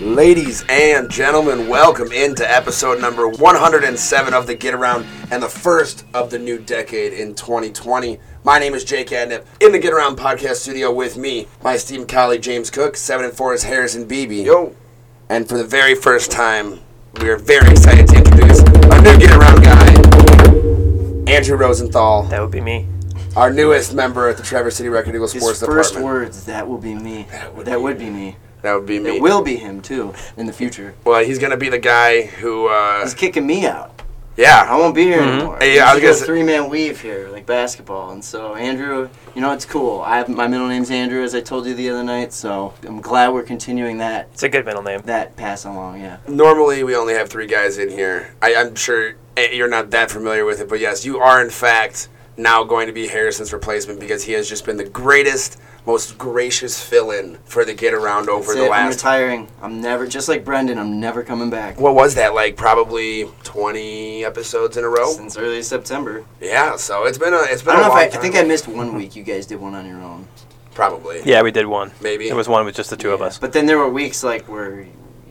Ladies and gentlemen, welcome into episode number 107 of the Get Around and the first of the new decade in 2020. My name is Jake Adnip. In the Get Around podcast studio with me, my esteemed colleague James Cook, 7 and 4 is Harrison Beebe. Yo. And for the very first time, we are very excited to introduce our new Get Around guy, Andrew Rosenthal, That would be me. our newest member at the Traverse City Record Eagle His Sports first Department. words, that will be me. That would would, be be, me. That would be me. It will be him, too, in the future. Well, he's going to be the guy who, uh, He's kicking me out. I yeah. won't be here Mm-hmm. anymore. Hey, yeah, I was gonna say- three man weave here, like basketball. And so, Andrew, you know, it's cool. I have, my middle name's Andrew, as I told you the other night, so I'm glad we're continuing that It's a good middle name. that pass along, yeah. Normally, we only have three guys in here. I, I'm sure eh, you're not that familiar with it, but yes, you are in fact now going to be Harrison's replacement because he has just been the greatest, most gracious fill-in for the get around over That's the it, I'm last. retiring. I'm never, just like Brendan, I'm never coming back. what was that like? Probably 20 episodes in a row. Since early September. Yeah, so it's been a it's I been don't a know long if I, time. I think I missed one week. You guys did one on your own. probably Yeah, we did one. maybe It was one with just the two of Yeah, us. But then there were weeks like where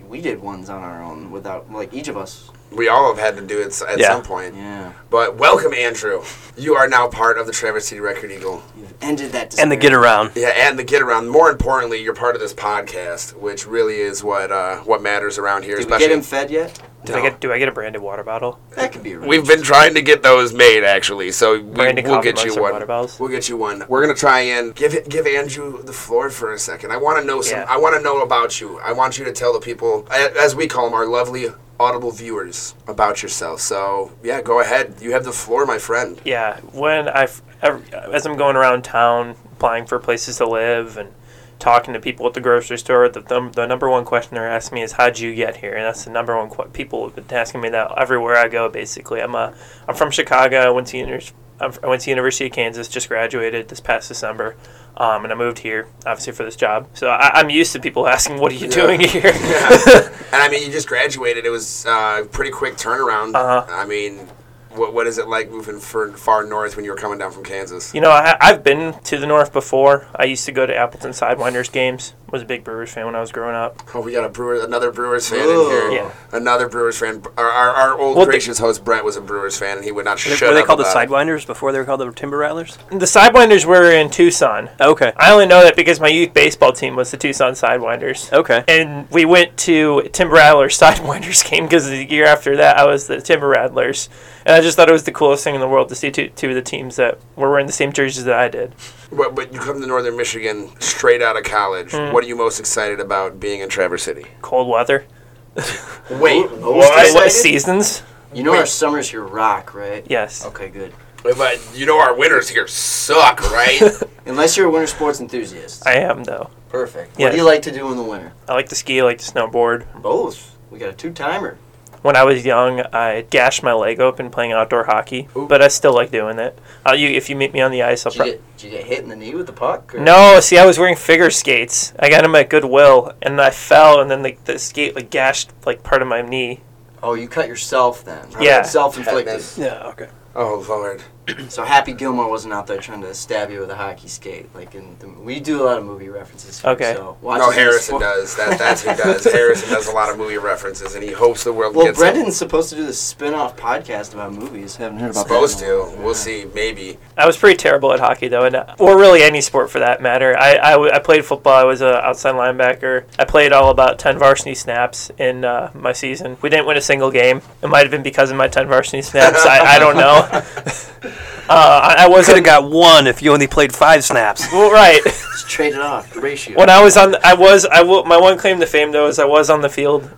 we did ones on our own without like each of us. we all have had to do it s- at Yeah. some point. Yeah. But welcome, Andrew. You are now part of the Traverse City Record Eagle. You've ended that And disparity. the get around. Yeah, and the get around. More importantly, you're part of this podcast, which really is what uh, what matters around here. Did we especially, get him fed yet? Did No. I get do I get a branded water bottle? That could be right. We've been trying to get those made, actually. So we, Branded we'll coffee get you mugs or water one. bottles? We'll get you one. We're gonna try and give it- give Andrew the floor for a second. I want to know some. Yeah. I want to know about you. I want you to tell the people, a- as we call them, our lovely audible viewers, about yourself. So yeah, go ahead. You have the floor, my friend. Yeah, when I as I'm going around town applying for places to live and talking to people at the grocery store, the, the, the number one question they're asking me is how'd you get here, and that's the number one que- people have been asking me that everywhere I go. Basically, I'm a I'm from Chicago. I went to univers- I'm f- I went to University of Kansas. Just graduated this past December. Um, and I moved here, obviously, for this job. So I, I'm used to people asking, "What are you Yeah. doing here?" And I mean, you just graduated. It was uh, pretty quick turnaround. Uh-huh. I mean, what, what is it like moving for, far north when you were coming down from Kansas? You know, I, I've been to the North before. I used to go to Appleton Sidewinders games. Was a big Brewers fan when I was growing up. Oh, we got a Brewer, another Brewers fan Ooh. in here. Yeah. Another Brewers fan. Our, our, our old Well, they- gracious host Brett was a Brewers fan, and he would not shut were up. they called the about it. Sidewinders before they were called the Timber Rattlers? The Sidewinders were in Tucson. Okay. I only know that because my youth baseball team was the Tucson Sidewinders. Okay. And we went to Tim Rattler's Sidewinders game because the year after that I was the Timber Rattlers. And I just thought it was the coolest thing in the world to see two, two of the teams that were wearing the same jerseys that I did. But, but you come to Northern Michigan straight out of college. Hmm. What are you most excited about being in Traverse City? Cold weather. Wait, Most what? excited? What seasons? You know Wait. our summers here rock, right? Yes. Okay, good. But you know our winters here suck, right? Unless you're a winter sports enthusiast. I am, though. Perfect. What Yes. do you like to do in the winter? I like to ski, I like to snowboard. Both. We got a two timer. When I was young, I gashed my leg open playing outdoor hockey, Ooh. but I still like doing it. Uh, you, if you meet me on the ice, I'll Did you, probably. get, did you get hit in the knee with the puck? or- No, see, I was wearing figure skates. I got them at Goodwill, and I fell, and then the, the skate like gashed like part of my knee. Oh, you cut yourself then. Yeah. Self inflicted. Yeah. Okay. oh Lord. So Happy Gilmore wasn't out there trying to stab you with a hockey skate. Like in the, we do a lot of movie references. Here, Okay. So watch no, this Harrison for- does. That, that's who does. Harrison does a lot of movie references, and he hopes the world Well, gets Brendan's supposed to do this spin-off podcast about movies. Haven't it. heard about supposed that. in a to. while. We'll see. Maybe. I was pretty terrible at hockey though, and or really any sport for that matter. I, I w- I played football. I was an outside linebacker. I played all about ten varsity snaps in uh, my season. We didn't win a single game. It might have been because of my ten varsity snaps. I, I don't know. Uh, I, I Could have wasn't. got one if you only played five snaps. Well, right. Just trade it off. Ratio. When I was on, I was I w- my one claim to fame though is I was on the field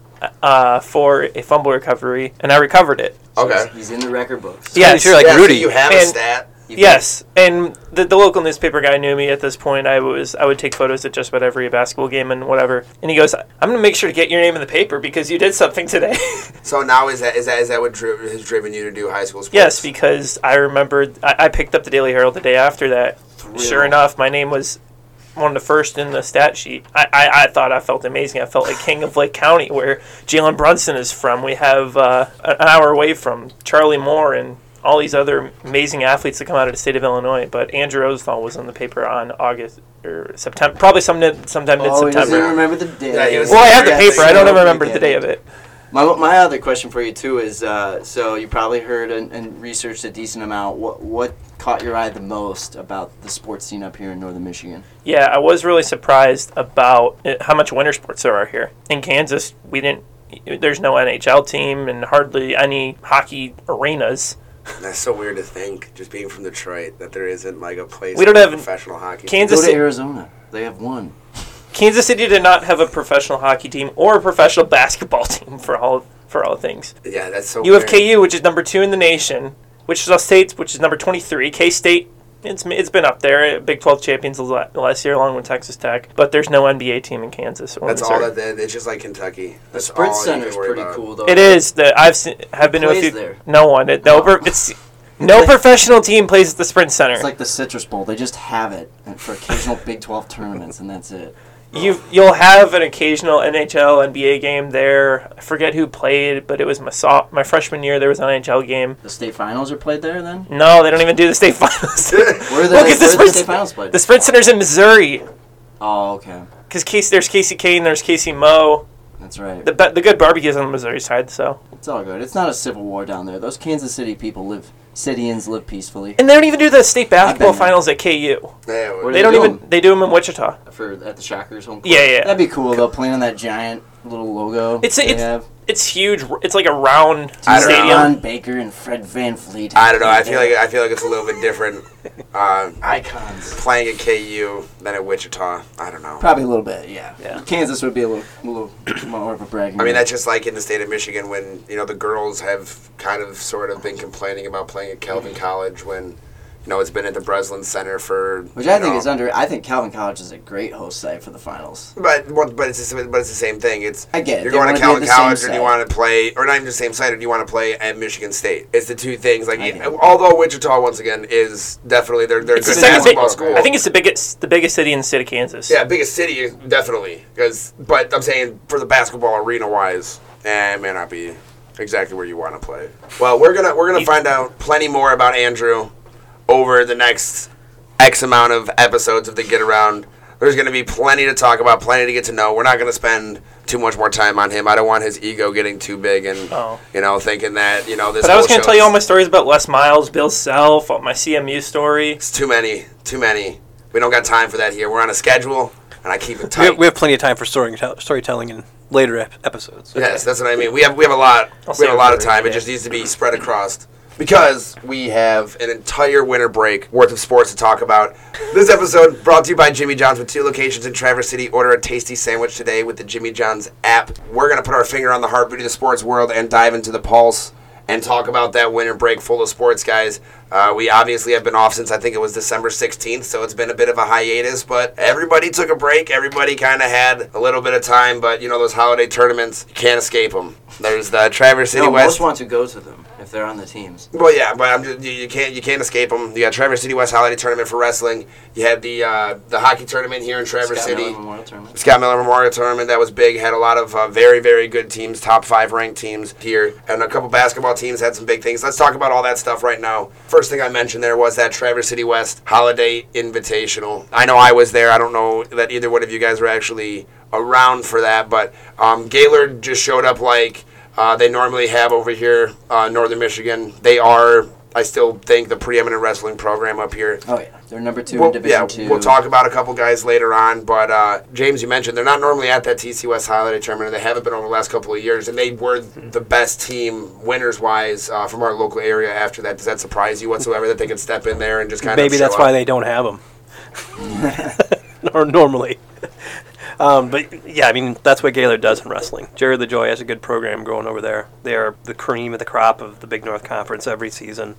uh, for a fumble recovery and I recovered it. So Okay. He's, he's in the record books. Yes, You're like Yeah, so Rudy. you have a And- stat. You yes, and the, the local newspaper guy knew me at this point. I was I would take photos at just about every basketball game and whatever. And he goes, "I'm gonna make sure to get your name in the paper because you did something today." So now is that is that is that what dri- has driven you to do high school sports? yes, because I remembered I, I picked up the Daily Herald the day after that. Thrill. Sure enough, my name was one of the first in the stat sheet. I, I, I thought I felt amazing. I felt like king of Lake County, where Jalen Brunson is from. We have uh, an hour away from Charlie Moore and all these other amazing athletes that come out of the state of Illinois. But Andrew Rosenthal was on the paper on August or September, probably some sometime mid Oh, he doesn't September. remember the day. Yeah, he was- Well, I have the Yeah, paper. I don't so we remember get the day it. of it. My, my other question for you too is uh, so you probably heard and, and researched a decent amount. What what caught your eye the most about the sports scene up here in northern Michigan? Yeah, I was really surprised about uh, how much winter sports there are here. In Kansas, we didn't. There's no NHL team and hardly any hockey arenas. That's so weird to think, just being from Detroit, that there isn't like a place. We don't for have- professional hockey. Go Kansas, to Ci- Arizona. They have one. Kansas City did not have a professional hockey team or a professional basketball team for all for all things. Yeah, that's so. You have weird. KU, which is number two in the nation. Wichita State, which is number 23. K State, it's it's been up there. Big 12 champions la- last year, along with Texas Tech. But there's no NBA team in Kansas. Or That's all Missouri. that. They, it's just like Kentucky. The That's Sprint all Oh, you Center can is worry pretty about. cool though. It is that I've seen, have been to a plays few. there? No one. It, no, per- it's no professional team plays at the Sprint Center. It's like the Citrus Bowl. They just have it for occasional Big 12 tournaments, and that's it. you you'll have an occasional NHL NBA game there. I forget who played, but it was my so- my freshman year. There was an NHL game. The state finals are played there then? No, they don't even do the state finals. Where are the, Well, where's 'cause the the, Sprint- state finals played? the Sprint Center's in Missouri oh, okay. because Case, there's Casey Kane, there's Casey Moe. That's right. The be- the good barbecues on the Missouri side. So it's all good. It's not a civil war down there. Those Kansas City people live, Cityans live peacefully. and they don't even do the state basketball there. finals at KU. Yeah, What They do don't do even 'em? they do them in Wichita. For at the Shockers home. Yeah, yeah. That'd be cool though, playing on that giant little logo. It's- they it's- have. It's huge. It's like a round I don't know. stadium. Ron Baker and Fred Van Fleet. I don't know. I feel like I feel like it's a little bit different uh, icons. playing at KU than at Wichita. I don't know. Probably a little bit, yeah. Yeah. Kansas would be a little, a little more of a bragging. I mean, that's rights. just like in the state of Michigan when, you know, the girls have kind of sort of been complaining about playing at Calvin Mm-hmm. College when, you know, it's been at the Breslin Center for. Which you I think know, is under. I think Calvin College is a great host site for the finals. But well, but it's the same- but it's the same thing. It's I get it. You're They going wanna to be at Calvin the same College, or do you site. want to play, or not even the same site, or do you want to play at Michigan State? It's the two things. Like, I get it. although Wichita once again is definitely they're they're a It's the good second big, basketball school. I think it's the biggest the biggest city in the state of Kansas. yeah, biggest city is definitely because. But I'm saying for the basketball arena wise, eh, it may not be exactly where you want to play. Well, we're gonna we're gonna find out plenty more about Andrew over the next X amount of episodes of the Get Around. There's going to be plenty to talk about, plenty to get to know. We're not going to spend too much more time on him. I don't want his ego getting too big and Oh. you know thinking that you know this. But I was whole going to show tell you is- all my stories about Les Miles, Bill Self, all my CMU story. It's too many, too many. We don't got time for that here. We're on a schedule, and I keep it We tight. have, we have plenty of time for story, storytelling in later ep- episodes. yes, that's what I mean. We have we have a lot. I'll we have save a lot of it for- time. It yeah. just needs to be spread across. Because we have an entire winter break worth of sports to talk about. This episode brought to you by Jimmy John's with two locations in Traverse City. Order a tasty sandwich today with the Jimmy John's app. We're going to put our finger on the heartbeat of the sports world and dive into the pulse and talk about that winter break full of sports, guys. Uh, we obviously have been off since I think it was December 16th, so it's been a bit of a hiatus, but everybody took a break. Everybody kind of had a little bit of time, but you know, those holiday tournaments, you can't escape them. There's the Traverse City No, West. most want to go to them if they're on the teams. Well, yeah, but I'm just, you, you can't you can't escape them. You got Traverse City West Holiday Tournament for wrestling. You had the uh, the hockey tournament here in Traverse Scott City. Miller Memorial Tournament. Scott Miller Memorial Tournament that was big. Had a lot of uh, very very good teams, top five ranked teams here, and a couple basketball teams had some big things. Let's talk about all that stuff right now. First thing I mentioned there was that Traverse City West Holiday Invitational. I know I was there. I don't know that either one of you guys were actually around for that, but um, Gaylord just showed up like. Uh, they normally have over here, uh, Northern Michigan. They are, I still think, the preeminent wrestling program up here. Oh yeah, they're number two Well, in Division yeah, two. we'll talk about a couple guys later on. But uh, James, you mentioned they're not normally at that TC West Holiday Tournament. and They haven't been over the last couple of years, and they were the best team winners wise uh, from our local area. After that, does that surprise you whatsoever that they could step in there and just kind of Maybe show that's why up? they don't have them. or normally. Um, but yeah, I mean that's what Gaylord does in wrestling. Jared LeJoy has a good program going over there. They are the cream of the crop of the Big North Conference every season.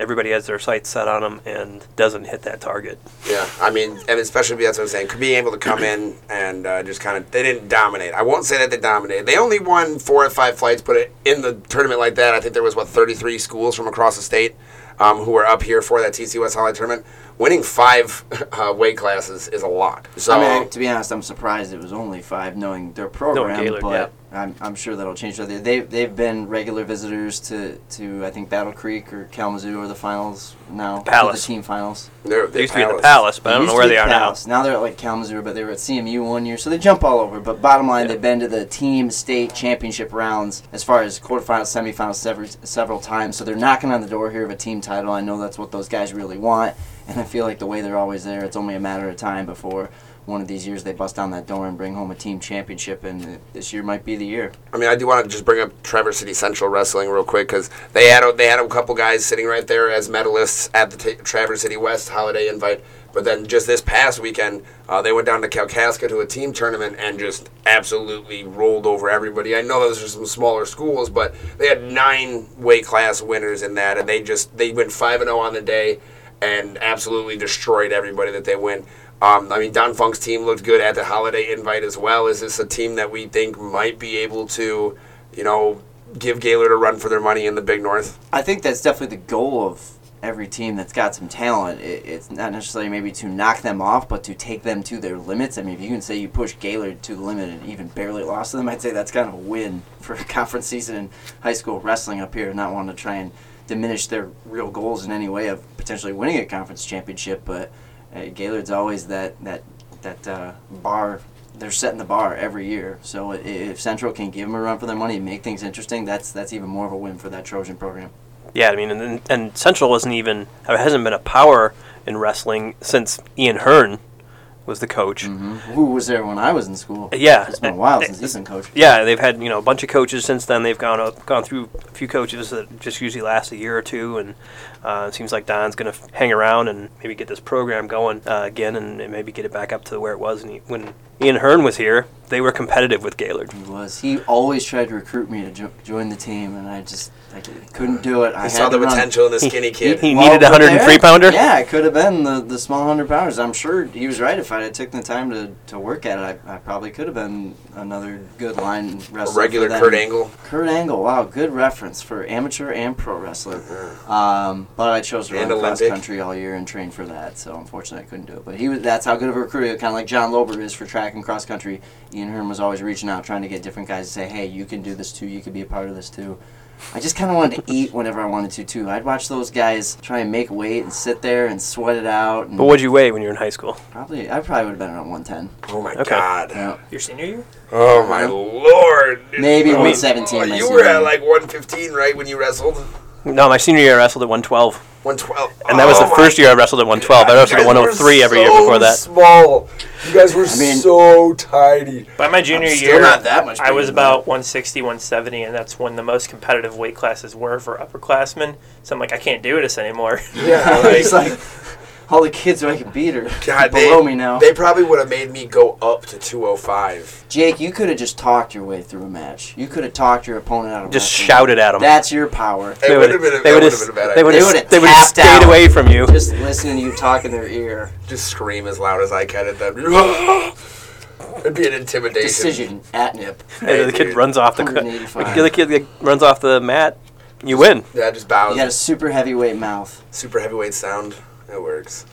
Everybody has their sights set on them and doesn't hit that target. Yeah, I mean, and especially that's what I'm saying. Being able to come in and uh, just kind of they didn't dominate. I won't say that they dominated. They only won four or five fights, but in the tournament like that, I think there was what 33 schools from across the state um, who were up here for that TC West Holiday tournament. Winning five uh, weight classes is a lot. So I mean, I- to be honest, I'm surprised it was only five, knowing their program. Gaylord, but yeah. I'm, I'm sure that'll change. They they've, they've been regular visitors to, to I think Battle Creek or Kalamazoo are the finals now. or Palace. the team finals. They're, They used to be at the Palace, but I don't used know to where be they are now. Palace. Now they're at like Kalamazoo, but they were at CMU one year, so they jump all over. But bottom line, they've been to the team state championship rounds as far as quarterfinals, semifinals several, several times. So they're knocking on the door here of a team title. I know that's what those guys really want, and I feel like the way they're always there, it's only a matter of time before one of these years they bust down that door and bring home a team championship. And uh, this year might be the year. I mean, I do want to just bring up Traverse City Central Wrestling real quick because they had a, they had a couple guys sitting right there as medalists at the t- Traverse City West Holiday Invite. But then just this past weekend, uh, they went down to Kalkaska to a team tournament and just absolutely rolled over everybody. I know those are some smaller schools, but they had nine weight class winners in that, and they just they went five and zero on the day and absolutely destroyed everybody that they went. Um, I mean, Don Funk's team looked good at the holiday invite as well. Is this a team that we think might be able to, you know, give Gaylord a run for their money in the Big North? I think that's definitely the goal of every team that's got some talent. It, it's not necessarily maybe to knock them off, but to take them to their limits. I mean, if you can say you push Gaylord to the limit and even barely lost to them, I'd say that's kind of a win for conference season in high school wrestling up here. Not wanting to try and diminish their real goals in any way of potentially winning a conference championship, but uh, Gaylord's always that that that uh, bar. They're setting the bar every year. So i- if Central can give them a run for their money and make things interesting, that's that's even more of a win for that Trojan program. Yeah, I mean, and, and Central wasn't even or hasn't been a power in wrestling since Ian Hearn was the coach. Mm-hmm. Who was there when I was in school? Yeah. Mm. it's been a while Uh, since he's been coach. Yeah, they've had you know a bunch of coaches since then. They've gone up, gone through a few coaches that just usually last a year or two, and uh, it seems like Don's going to hang around and maybe get this program going uh, again, and, and maybe get it back up to where it was. And he, when Ian Hearn was here, they were competitive with Gaylord. He was. He always tried to recruit me to jo- join the team, and I just I couldn't do it. I I had saw the to run. potential in the skinny He, kid. he Well, needed a but there- 103 pounder. Yeah, it could have been the, the small 100 pounders. I'm sure he was right. If I had taken the time to, to work at it, I, I probably could have been another good line wrestler. A for regular them. Kurt Angle. Kurt Angle, wow, good reference for amateur and pro wrestler. Um, but I chose to Mm-hmm. And run cross Olympic. country all year and train for that, so unfortunately I couldn't do it. But he was that's how good of a recruiter, kind of like John Lober is for track and cross country. Ian Hearn was always reaching out, trying to get different guys to say, hey, you can do this too, you could be a part of this too. I just kind of wanted to eat whenever I wanted to too. I'd watch those guys try and make weight and sit there and sweat it out. And But what'd you weigh when you were in high school? probably I probably would have been around 110. Oh my Okay. god. Yeah. Your senior year? Oh my lord. Maybe Oh, 117 my you senior were at year. like 115, right, when you wrestled? No, my senior year I wrestled at 112, 112. and that was Oh the my first year I wrestled at 112. I wrestled at You guys were 103 every year so before that. Small. You guys were mean- so tiny. By my junior still year, not that much I was bigger than about 160, 170, and that's when the most competitive weight classes were for upperclassmen. So I'm like, I can't do this anymore. Yeah, It's like all the kids who I could beat are God, below they, me now. They probably would have made me go up to 205. Jake, you could have just talked your way through a match. You could have talked your opponent out of Just wrestling. shouted at 'em. That's your power. It would have been, a- that they would would've have been a bad idea. they would They would've have they would have tapped stayed out. away from you. Just listening to you talk in their ear. just scream as loud as I can at them. It'd be an intimidation. Decision at nip. And the Hey, kid dude. runs off the cr- 185. the other kid like, runs off the mat. You win. Yeah, just bows. You got a super heavyweight mouth. Super heavyweight sound. It works.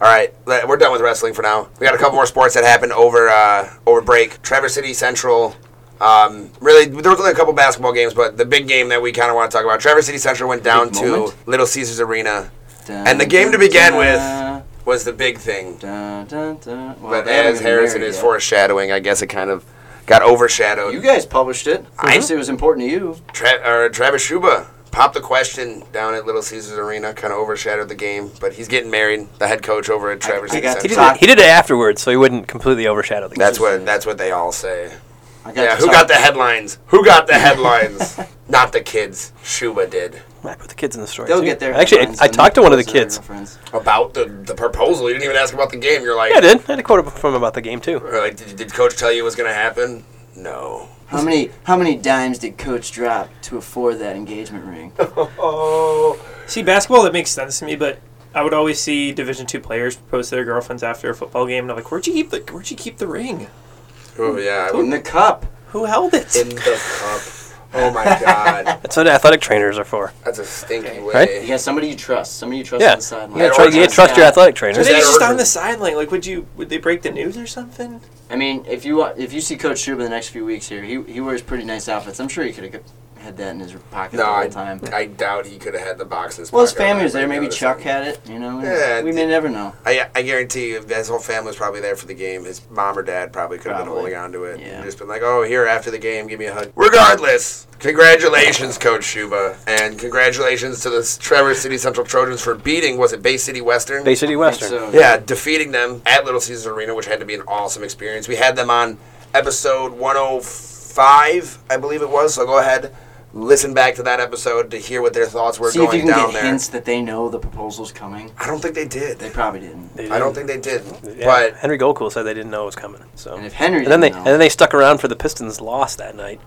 All right, le- we're done with wrestling for now. We got a couple more sports that happened over uh, over break. Traverse City Central. Um, really, there was only a couple basketball games, but the big game that we kind of want to talk about. Traverse City Central went down to moment? Little Caesars Arena. And the game to begin with was the big thing. Dun, dun, dun. Well, But they haven't as even Harrison married is yet. foreshadowing, I guess it kind of got overshadowed. You guys published it. I- Obviously, it was important to you. Tra- or Travis Shuba popped the question down at Little Caesars Arena, kind of overshadowed the game, but he's getting married, the head coach over at Traverse I City got Central. He did, Talk- it, he did it afterwards, so he wouldn't completely overshadow the game. That's what that's what they all say. I got Yeah, to who talk- got the headlines? Who got the headlines? Not the kids. Shuba did. I put the kids in the story. They'll too. get their Actually, I, headlines I and talked to one of the those are their kids. girlfriends. About the, the proposal. You didn't even ask about the game. You're like, Yeah, I did. I had a quote from him about the game too. or like did, did coach tell you it was going to happen? No. How many how many dimes did Coach drop to afford that engagement ring? Oh. See, basketball, that makes sense to me, but I would always see Division two players propose to their girlfriends after a football game, and I'm like, where'd you keep the, where'd you keep the ring? Oh, yeah. I In wouldn't- the cup. Who held it? In the cup. Oh my God, That's what athletic trainers are for. that's a stinky way. Right? You got somebody you trust. Somebody you trust Yeah, on the you sideline. gotta, try, you gotta trust your athletic Are trainers. they that just urban? on the sideline? Like, would you would they break the news or something? I mean, if you wa- if you see Coach Shube in the next few weeks here, he he wears pretty nice outfits. I'm sure he could have had that in his pocket No, the whole I, time. I doubt he could have had the boxes. Well, his family was there. Maybe Chuck had it. You know, Yeah, we may never know. I, I guarantee you, his whole family was probably there for the game. His mom or dad probably could have been Probably. holding on to it. Yeah. And just been like, oh, here, after the game, give me a hug. Regardless, congratulations, Coach Shuba. And congratulations to the S- Traverse City Central Trojans for beating, was it Bay City Western? Bay City I think Western. so. Yeah, defeating them at Little Caesars Arena, which had to be an awesome experience. We had them on episode 105, I believe it was. So go ahead, listen back to that episode to hear what their thoughts were See going if you can down get there. hints that they know the proposal's coming. I don't think they did. They probably didn't. They I don't didn't- think they did. yeah, But Henry Goldcool said they didn't know it was coming. So And if Henry and then they didn't and know- then they stuck around for the Pistons' loss that night.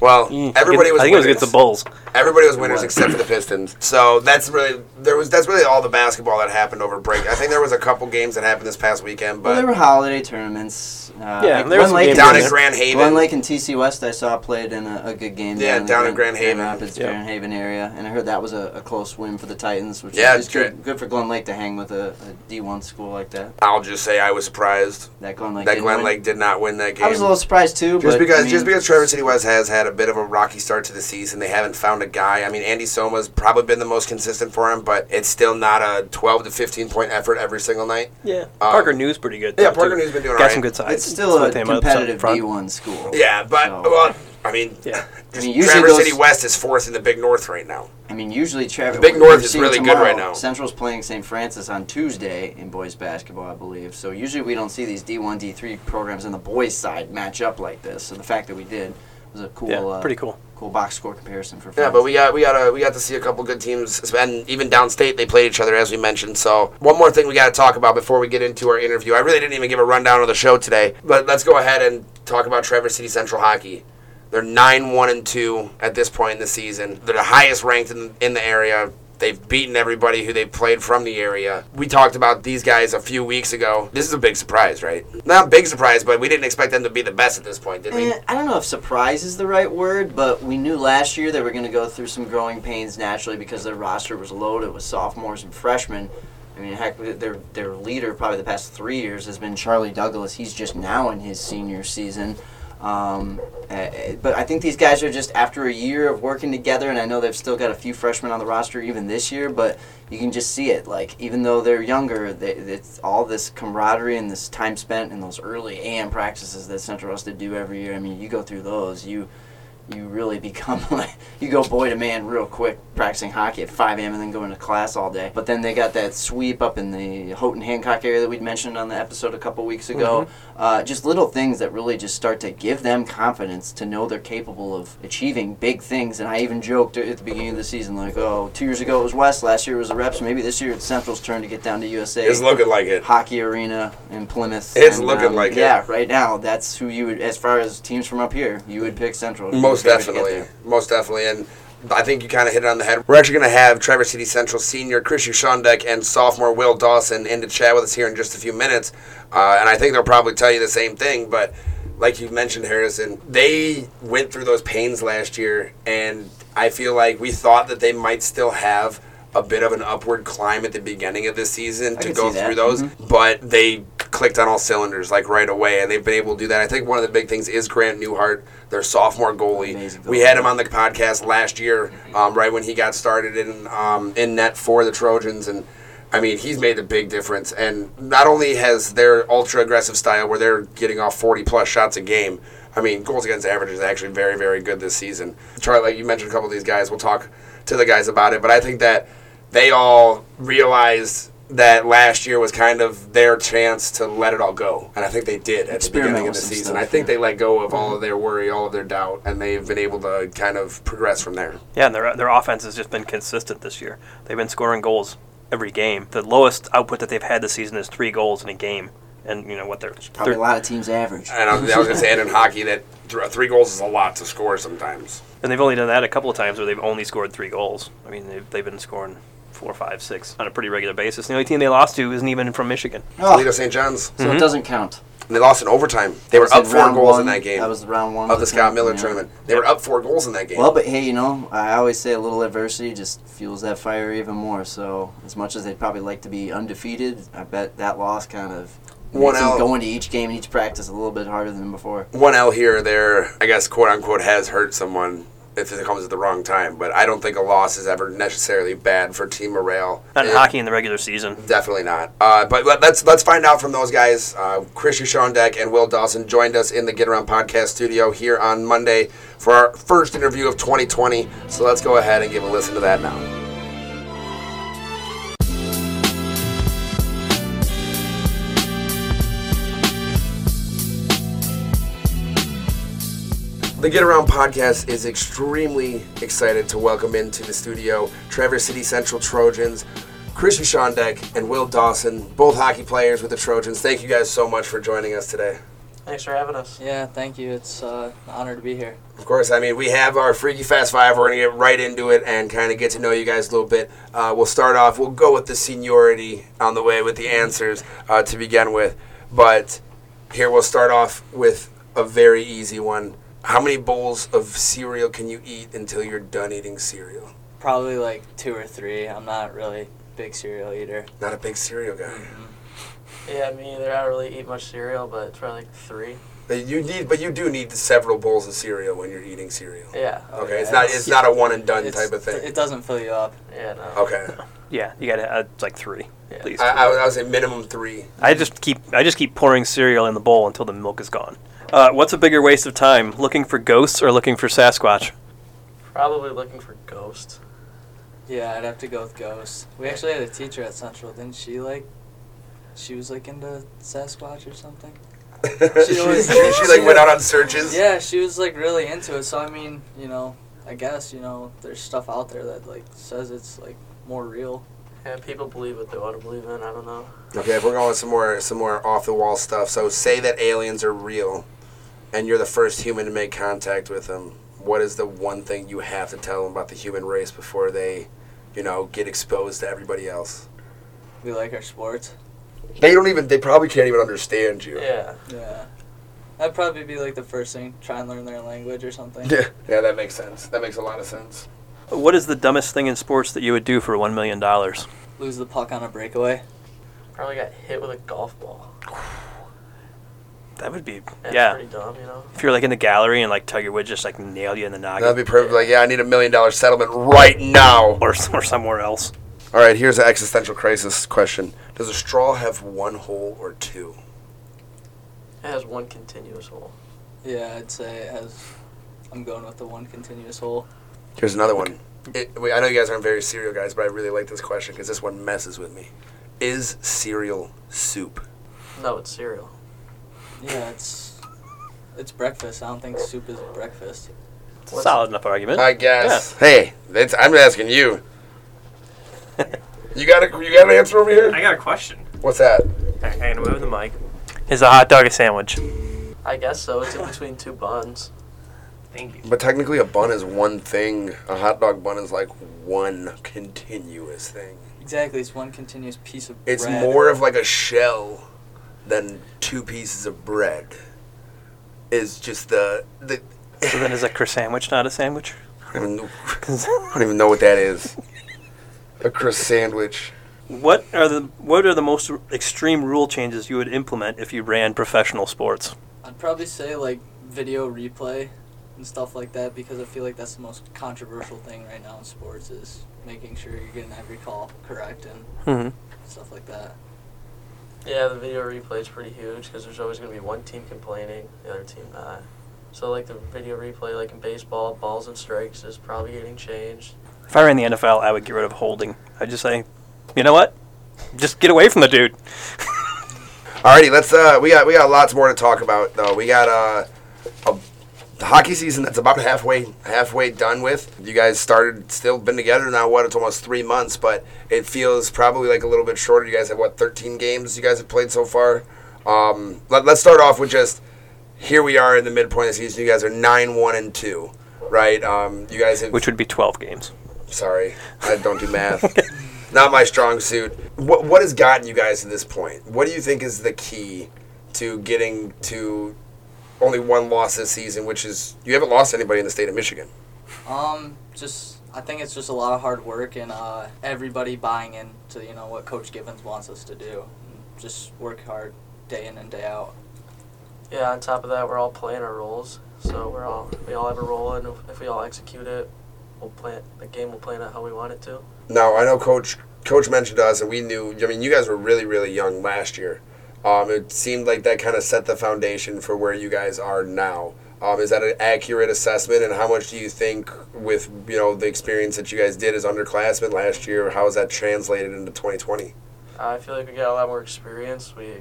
well, Mm. everybody was. I think it was winners. against the Bulls. Everybody was winners was. except for the Pistons. So that's really there was that's really all the basketball that happened over break. I think there was a couple games that happened this past weekend, but Well, there were holiday tournaments. Uh, Yeah, like there Glen was some Lake games down in at there. Grand Haven, Glen Lake and TC West, I saw played in a, a good game. Yeah, in the down in Grand Haven. Rapids, Yeah. Grand Haven area, and I heard that was a, a close win for the Titans, which Yeah, is it's good, good for Glen Lake to hang with a, a D one school like that. I'll just say I was surprised That Glen Lake. that didn't Glen win. Lake did not win that game. I was a little surprised too, just but because I mean, just because Traverse City West has had a bit of a rocky start to the season, they haven't found a guy. I mean, Andy Soma's probably been the most consistent for him, but it's still not a 12 to 15 point effort every single night. Yeah, Parker New's pretty good. Yeah, though, Parker too. New's been doing got some alright. good sides. it's still a That's what they- up competitive front. D one school. Yeah, but So- well, I mean, Yeah. just I mean, usually Traverse those- City West is fourth in the Big North right now. I mean, usually Travis. Big we're- North we're is seeing really good right tomorrow, now. Central's playing St. Francis on Tuesday in boys basketball, I believe. So usually we don't see these D1, D3 programs on the boys side match up like this. So the fact that we did was a cool, Yeah, uh, pretty cool. cool box score comparison for. Yeah, France. but we got we got to we got to see a couple good teams, and even downstate they played each other as we mentioned. So one more thing we got to talk about before we get into our interview. I really didn't even give a rundown of the show today, but let's go ahead and talk about Traverse City Central hockey. They're nine one and two at this point in the season. They're the highest ranked in, in the area. They've beaten everybody who they played from the area. We talked about these guys a few weeks ago. This is a big surprise, right? Not a big surprise, but we didn't expect them to be the best at this point, did we? Eh, I don't know if surprise is the right word, but we knew last year they were going to go through some growing pains naturally because their roster was loaded with sophomores and freshmen. I mean, heck, their their leader probably the past three years has been Charlie Douglas. He's just now in his senior season. Um, eh, but I think these guys are just after a year of working together, and I know they've still got a few freshmen on the roster even this year. But you can just see it. Like even though they're younger, they, it's all this camaraderie and this time spent in those early AM practices that Central has to do every year. I mean, you go through those, you you really become like you go boy to man real quick practicing hockey at 5 a.m. and then going to class all day. But then they got that sweep up in the Houghton Hancock area that we'd mentioned on the episode a couple weeks ago. Uh, just little things that really just start to give them confidence to know they're capable of achieving big things. And I even joked at the beginning of the season like, oh, two years ago it was West, last year it was the Reps, maybe this year it's Central's turn to get down to USA It's looking like it. hockey arena in Plymouth. It's looking like it. yeah, right now that's who you would, as far as teams from up here, you would pick Central. You Most would pick to get definitely. there. Most definitely. And I think you kind of hit it on the head. We're actually going to have Traverse City Central senior Chris Ushondek and sophomore Will Dawson in to chat with us here in just a few minutes. Uh, and I think they'll probably tell you the same thing. But like you mentioned, Harrison, they went through those pains last year. And I feel like we thought that they might still have a bit of an upward climb at the beginning of this season to could go see that. Mm-hmm. through those but they clicked on all cylinders like right away, and they've been able to do that. I think one of the big things is Grant Newhart, their sophomore goalie. Amazing We goalie. had him on the podcast last year, um, right when he got started in um, in net for the Trojans, and I mean he's made a big difference. And not only has their ultra aggressive style, where they're getting off forty plus shots a game. I mean, goals against average is actually very, very good this season. Charlie, like you mentioned a couple of these guys. We'll talk to the guys about it, but I think that they all realized that last year was kind of their chance to let it all go. And I think they did at the Experiment beginning of with the some season. stuff, I think yeah. they let go of all of their worry, all of their doubt, and they've been able to kind of progress from there. Yeah, and their their offense has just been consistent this year. They've been scoring goals every game. The lowest output that they've had this season is three goals in a game. And you know what they're, Probably they're a lot of teams average. And I was, I was going to say, and in hockey, that th- three goals is a lot to score sometimes. and they've only done that a couple of times where they've only scored three goals. I mean, they've, they've been scoring four, five, six on a pretty regular basis. The only team they lost to isn't even from Michigan. Oh, Mm-hmm. Toledo St. John's. so it doesn't count. and they lost in overtime. They were Was it up four round goals in one? that game That was the round one of the Scott Miller yeah. tournament. They were up four goals in that game. Well, but hey, you know, I always say a little adversity just fuels that fire even more. So as much as they'd probably like to be undefeated, I bet that loss kind of One makes them out. go into each game and each practice a little bit harder than before. one L here or there, I guess, quote unquote, has hurt someone if it comes at the wrong time. But I don't think a loss is ever necessarily bad for team morale. Not in And- hockey in the regular season. Definitely not. Uh, but let, let's let's find out from those guys. Uh, Chris Deck and Will Dawson joined us in the Get Around Podcast studio here on Monday for our first interview of 2020. So let's go ahead and give a listen to that now. The Get Around podcast is extremely excited to welcome into the studio Traverse City Central Trojans, Chris Shondek and Will Dawson, both hockey players with the Trojans. Thank you guys so much for joining us today. Thanks for having us. Yeah, thank you. It's uh, an honor to be here. Of course, I mean, we have our Freaky Fast Five. We're going to get right into it and kind of get to know you guys a little bit. Uh, we'll start off, we'll go with the seniority on the way with the answers uh, to begin with. But here we'll start off with a very easy one. How many bowls of cereal can you eat until you're done eating cereal? Probably like two or three. I'm not really a big cereal eater. Not a big cereal guy. Yeah, me either. I don't really eat much cereal, but it's probably like three. But you need, but you do need several bowls of cereal when you're eating cereal. Yeah. Okay, it's not it's not a one and done Oh, It's- type of thing. It doesn't fill you up. Yeah, no. Okay, Yeah, you got to uh, it's like three, at least. I, I, would- I was at minimum three. I just keep I just keep pouring cereal in the bowl until the milk is gone. Uh, what's a bigger waste of time, looking for ghosts or looking for Sasquatch? Probably looking for ghosts. Yeah, I'd have to go with ghosts. We actually had a teacher at Central. Didn't she like? She was like into Sasquatch or something. she, always- she, she, like went out on searches. Yeah, she was like really into it. So I mean, you know, I guess you know, there's stuff out there that like says it's like more real. Yeah, people believe what they want to believe in. I don't know. Okay, if we're going with some more some more off the wall stuff, so say that aliens are real, and you're the first human to make contact with them. What is the one thing you have to tell them about the human race before they, you know, get exposed to everybody else? We like our sports. They don't even. They probably can't even understand you. Yeah. Yeah, that'd probably be like the first thing. Try and learn their language or something. Yeah. Yeah, that makes sense. That makes a lot of sense. What is the dumbest thing in sports that you would do for one million dollars? Lose the puck on a breakaway. Probably got hit with a golf ball. That would be That's yeah. pretty dumb, you know? If you're like in the gallery and like Tiger Woods just like nail you in the noggin That'd be perfect. Like, yeah, I need a million dollar settlement right now. or or somewhere else. All right, here's an existential crisis question: Does a straw have one hole or two? It has one continuous hole. Yeah, I'd say it has. I'm going with the one continuous hole. Here's another one. It, wait, I know you guys aren't very cereal guys, but I really like this question because this one messes with me. Is cereal soup? No, it's cereal. Yeah, it's it's breakfast. I don't think soup is breakfast. What's- Solid enough argument. I guess. Hey, that's, I'm asking you. you got a, you got an answer over here? got a question. What's that? I gotta move the mic. Is a hot dog a sandwich? I guess so. It's in between two buns. Thank you. But technically, a bun is one thing. A hot dog bun is like one continuous thing. Exactly, it's one continuous piece of It's bread. more of like a shell than two pieces of bread. Is just the the. So then is a croissant sandwich not a sandwich? I don't, know, I don't even know what that is. A crust sandwich. What are the what are the most extreme rule changes you would implement if you ran professional sports? I'd probably say like video replay and stuff like that because I feel like that's the most controversial thing right now in sports is making sure you're getting every call correct and hmm stuff like that. Yeah, the video replay is pretty huge because there's always going to be one team complaining, the other team not. So, like, the video replay, like in baseball, balls and strikes is probably getting changed. If I ran the NFL, I would get rid of holding. I'd just say, you know what? Just get away from the dude. Alrighty, let's. Uh, we got we got lots more to talk about though. We got uh, a the hockey season that's about halfway halfway done with. You guys started still been together now. What it's almost three months, but it feels probably like a little bit shorter. You guys have what thirteen games you guys have played so far. Um, let, let's start off with just here we are in the midpoint of the season. You guys are nine one and two, right? Um, you guys have Which would be 12 games. Sorry, I don't do math. Not my strong suit. What what has gotten you guys to this point? What do you think is the key to getting to only one loss this season, which is you haven't lost anybody in the state of Michigan. Um, just I think it's just a lot of hard work and uh, everybody buying into you know what Coach Givens wants us to do. Just work hard day in and day out. Yeah, on top of that, we're all playing our roles, so we're all we all have a role, and if- if we all execute it, we'll plan the game. will plan out how we want it to. Now I know coach coach mentioned us, and we knew. I mean, you guys were really really young last year. Um, it seemed like that kind of set the foundation for where you guys are now. Um, is that an accurate assessment? And how much do you think, with you know the experience that you guys did as underclassmen last year, how is that translated into 2020? I feel like we got a lot more experience. We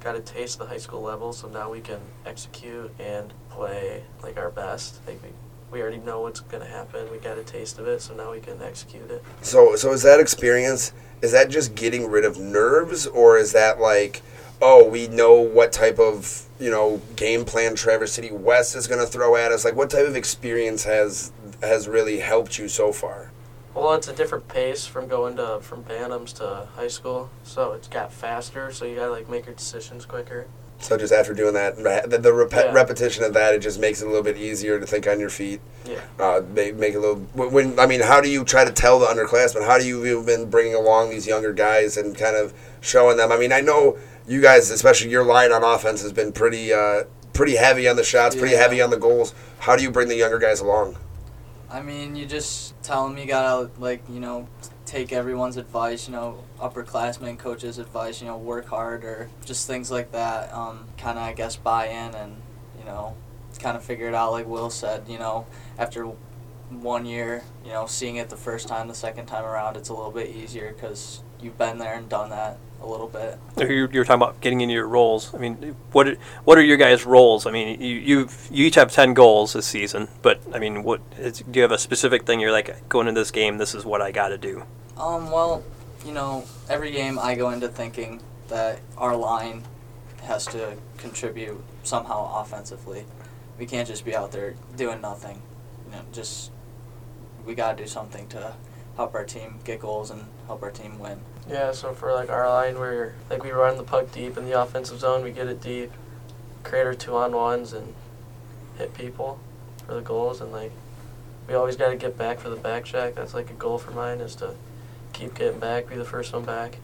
got to taste the high school level, so now we can execute and play like our best. Like we, we already know what's gonna happen. We got a taste of it, so now we can execute it. So, so is that experience? Is that just getting rid of nerves, or is that like, oh, we know what type of you know game plan Traverse City West is going to throw at us? Like, what type of experience has has really helped you so far? Well, it's a different pace from going to from bantams to high school, so it's got faster. So you gotta like make your decisions quicker. So just after doing that, re- the, the repe- Yeah. repetition of that, it just makes it a little bit easier to think on your feet. Yeah. Uh, make, make it a little. When, when I mean, how do you try to tell the underclassmen? How do you you've been bringing along these younger guys and kind of showing them? I mean, I know you guys, especially your line on offense, has been pretty uh, pretty heavy on the shots, pretty Yeah. heavy on the goals. How do you bring the younger guys along? I mean, you just tell them you gotta like you know take everyone's advice, you know upperclassmen, coaches' advice, you know work hard or just things like that. Um, kind of I guess buy in and you know kind of figure it out like Will said. You know after one year, you know seeing it the first time, the second time around, it's a little bit easier because you've been there and done that a little bit. You you were talking about getting into your roles. I mean, what are- what are your guys' roles? I mean, you you've, you each have ten goals this season, but I mean, what is, do you have a specific thing you're like going into this game? This is what I got to do. Um, well, you know, every game I go into thinking that our line has to contribute somehow offensively. We can't just be out there doing nothing. You know, just we gotta do something to help our team get goals and help our team win. Yeah, so for like our line, we're like we run the puck deep in the offensive zone. We get it deep, create our two on ones and hit people for the goals. And like we always got to get back for the back check. That's like a goal for mine is to keep getting back, be the first one back.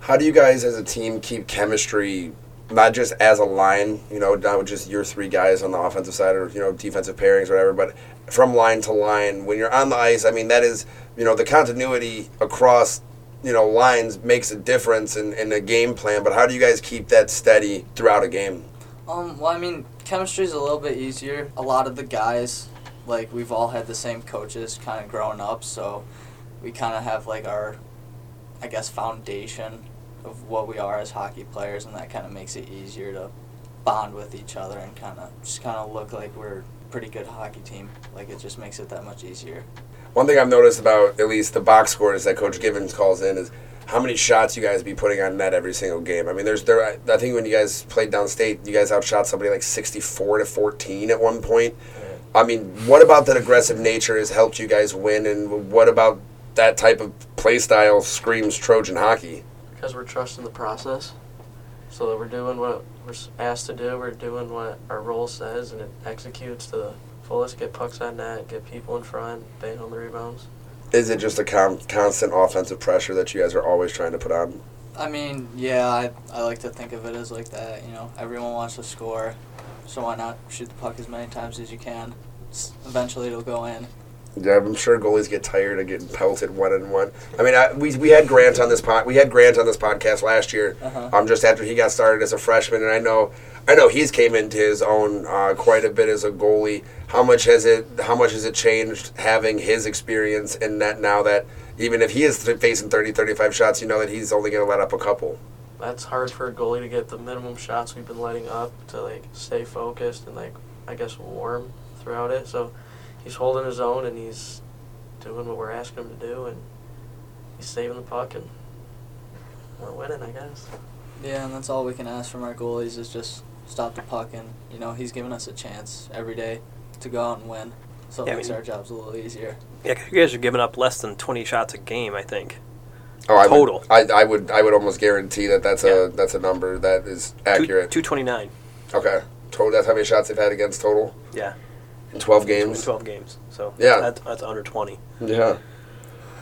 How do you guys as a team keep chemistry, not just as a line, you know, not just your three guys on the offensive side or, you know, defensive pairings or whatever, but from line to line, when you're on the ice, I mean, that is, you know, the continuity across, you know, lines makes a difference in, in a game plan, but how do you guys keep that steady throughout a game? Um, well, I mean, chemistry's a little bit easier. A lot of the guys, like, we've all had the same coaches kind of growing up, so we kind of have, like, our, I guess, foundation of what we are as hockey players, and that kind of makes it easier to bond with each other and kind of just kind of look like we're a pretty good hockey team. Like, it just makes it that much easier. One thing I've noticed about at least the box scores that Coach Givens calls in is how many shots you guys be putting on net every single game. I mean, there's there. I I think when you guys played downstate, you guys outshot somebody like 64 to 14 at one point. I mean, what about that aggressive nature has helped you guys win, and what about that type of play style screams Trojan hockey? because we're trusting the process. So that we're doing what we're s- asked to do, we're doing what our role says, and it executes to the fullest. Get pucks on net, get people in front, bang on the rebounds. Is it just a com- constant offensive pressure that you guys are always trying to put on? I mean, yeah, I, I like to think of it as like that. You know, everyone wants to score, so why not shoot the puck as many times as you can? S eventually, it'll go in. Yeah, I'm sure goalies get tired of getting pelted one and one. I mean, I, we, we had Grant on this pod, we had Grant on this podcast last year, Uh-huh. um, just after he got started as a freshman, and I know I know he's came into his own uh, quite a bit as a goalie. How much has it How much has it changed having his experience in that now that even if he is th- facing 30, 35 shots, you know that he's only going to let up a couple. That's hard for a goalie to get the minimum shots we've been letting up to like stay focused and like I guess warm throughout it. So he's holding his own and he's doing what we're asking him to do, and he's saving the puck and we're winning, I guess. Yeah, and that's all we can ask from our goalies is just stop the puck, and you know he's giving us a chance every day to go out and win, so it Yeah, I makes mean- our jobs a little easier. Yeah, 'cause you guys are giving up less than twenty shots a game, I think. Oh, I Total. Would, I, I would I would almost guarantee that that's a that's a number that is accurate. Two twenty nine. Okay, total. That's how many shots they've had against total Yeah, in twelve in games. twelve games. So Yeah. that's, that's under twenty. Yeah.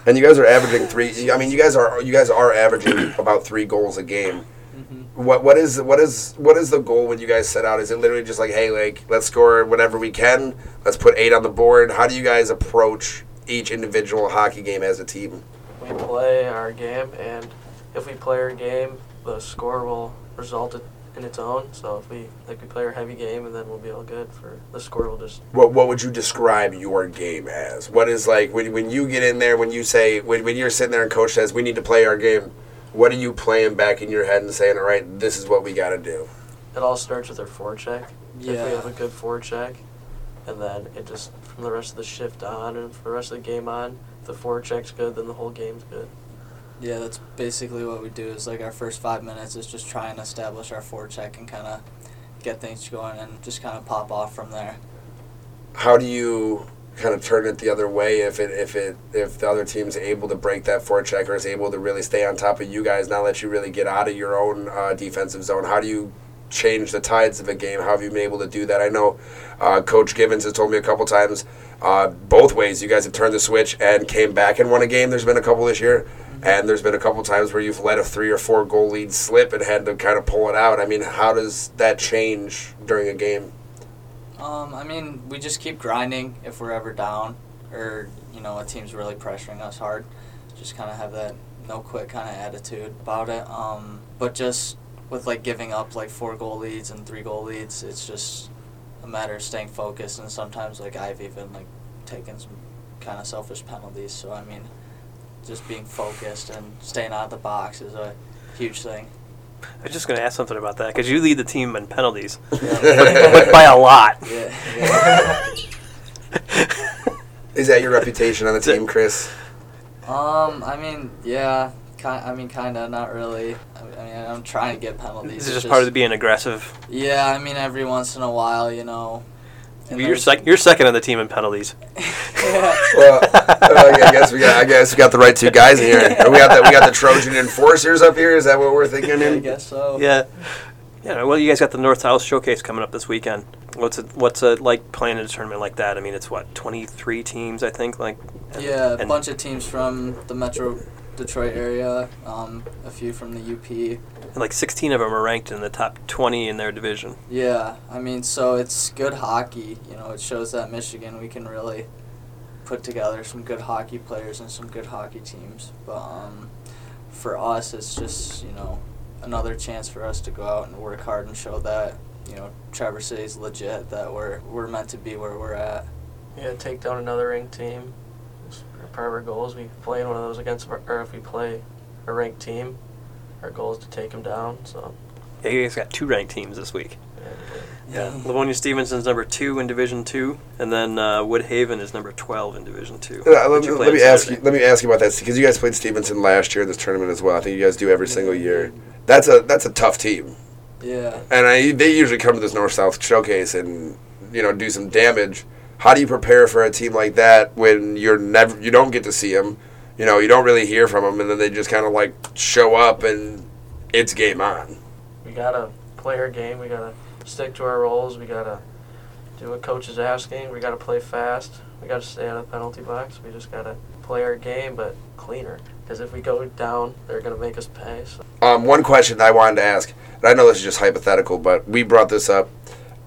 And you guys are averaging three. I mean, you guys are you guys are averaging about three goals a game. hmm What what is what is what is the goal when you guys set out? Is it literally just like, hey, like let's score whatever we can, let's put eight on the board? How do you guys approach each individual hockey game as a team? We play our game, and if we play our game, the score will result in its own. So if we like we play our heavy game, and then we'll be all good for the score. will just What what would you describe your game as? What is like when when you get in there when you say when when you're sitting there and coach says we need to play our game? What are you playing back in your head and saying, all right, this is what we got to do? it all starts with our forecheck. If we have a Yeah. good forecheck, and then it just from the rest of the shift on and from the rest of the game on, if the forecheck's good, then the whole game's good. Yeah, that's basically what we do is like our first five minutes is just try and establish our forecheck and kind of get things going and just kind of pop off from there. how do you kind of turn it the other way if it if it if the other team's able to break that forecheck or is able to really stay on top of you guys, not let you really get out of your own uh, defensive zone? How do you change the tides of a game? How have you been able to do that? I know uh, Coach Givens has told me a couple times uh, both ways. You guys have turned the switch and came back and won a game. There's been a couple this year. And there's been a couple times where you've let a three or four goal lead slip and had to kind of pull it out. I mean, how does that change during a game? Um, I mean, we just keep grinding if we're ever down or, you know, a team's really pressuring us hard. Just kind of have that no quit kind of attitude about it. Um, but just with like giving up like four goal leads and three goal leads, it's just a matter of staying focused. And sometimes like I've even like taken some kind of selfish penalties. So, I mean, just being focused and staying out of the box is a huge thing. I was just going to ask something about that because you lead the team in penalties, but by a lot. Yeah. Is that your reputation on the team, Chris? Um, I mean, yeah, kind. I mean, kind of, not really. I mean, I mean, I'm trying to get penalties. This It's is just part of being aggressive. Yeah, I mean, every once in a while, you know. and You're there's- second. You're second on the team in penalties. yeah, well, uh, I guess we got. I guess we got the right two guys in here. We got the we got the Trojan enforcers up here. Is that what we're thinking? I In? guess so. Yeah. Yeah, well, you guys got the North House Showcase coming up this weekend. What's it, what's it like playing in a tournament like that? I mean, it's what twenty three teams, I think. Like, and- Yeah, a and- bunch of teams from the Metro Detroit area. Um, a few from the UP. and like sixteen of them are ranked in the top twenty in their division. Yeah, I mean, so it's good hockey. You know, it shows that Michigan we can really put together some good hockey players and some good hockey teams. But um, for us, it's just you know another chance for us to go out and work hard and show that you know Traverse City's legit. That we're we're meant to be where we're at. Yeah, take down another ranked team. It's Part of our goals, we play in one of those against, our- or if we play a ranked team, our goal is to take them down. So Yeah, you guys got two ranked teams this week. yeah, we do. Yeah, Livonia Stevenson's number two in Division Two, and then uh, Woodhaven is number twelve in Division Two. Yeah, uh, let which me, you let played me ask you. Saturday. Let me ask you about that because you guys played Stevenson last year in this tournament as well. I think you guys do every single year. That's a that's a tough team, Yeah. and I, they usually come to this North South showcase and you know do some damage. How do you prepare for a team like that when you're never you don't get to see them, you know you don't really hear from them, and then they just kind of like show up and it's game on. we gotta play our game. We gotta stick to our roles. We gotta do what coach is asking. We gotta play fast. We gotta stay out of the penalty box. We just gotta play our game, but cleaner. Because if we go down, they're gonna make us pay. So Um, one question I wanted to ask, and I know this is just hypothetical, but we brought this up.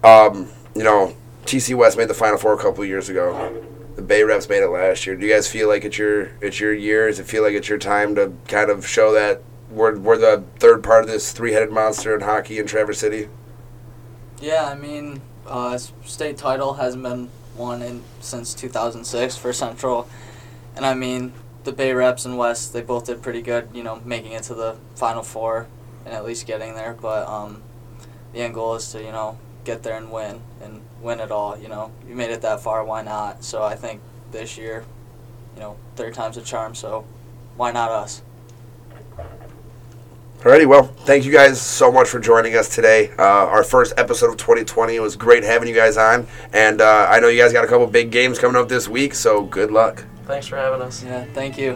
Um, you know, TC West made the Final Four a couple of years ago. The Bay Reps made it last year. Do you guys feel like it's your it's your year? Does it feel like it's your time to kind of show that we're we're the third part of this three headed monster in hockey in Traverse City? Yeah, I mean, uh, s- state title hasn't been won in since 2006 for Central, and I mean the Bay Reps and West they both did pretty good, you know, making it to the Final Four and at least getting there. But um, the end goal is to you know get there and win and win it all. You know, you made it that far, why not? So I think this year, you know, third time's a charm. So why not us? Alrighty, well, thank you guys so much for joining us today. Uh, our first episode of 2020. It was great having you guys on, and uh, I know you guys got a couple big games coming up this week. So good luck. thanks for having us. Yeah, thank you.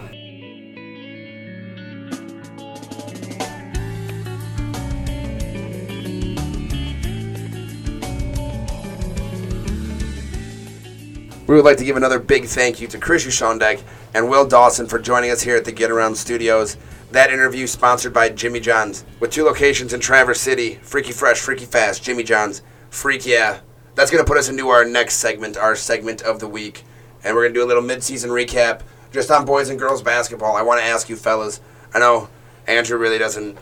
We would like to give another big thank you to Chris Ushondek and Will Dawson for joining us here at the Get Around Studios. That interview sponsored by Jimmy John's, with two locations in Traverse City, Freaky Fresh, Freaky Fast, Jimmy John's, Freak Yeah. That's going to put us into our next segment, our segment of the week. And we're going to do a little mid-season recap just on boys and girls basketball. I want to ask you fellas, I know Andrew really doesn't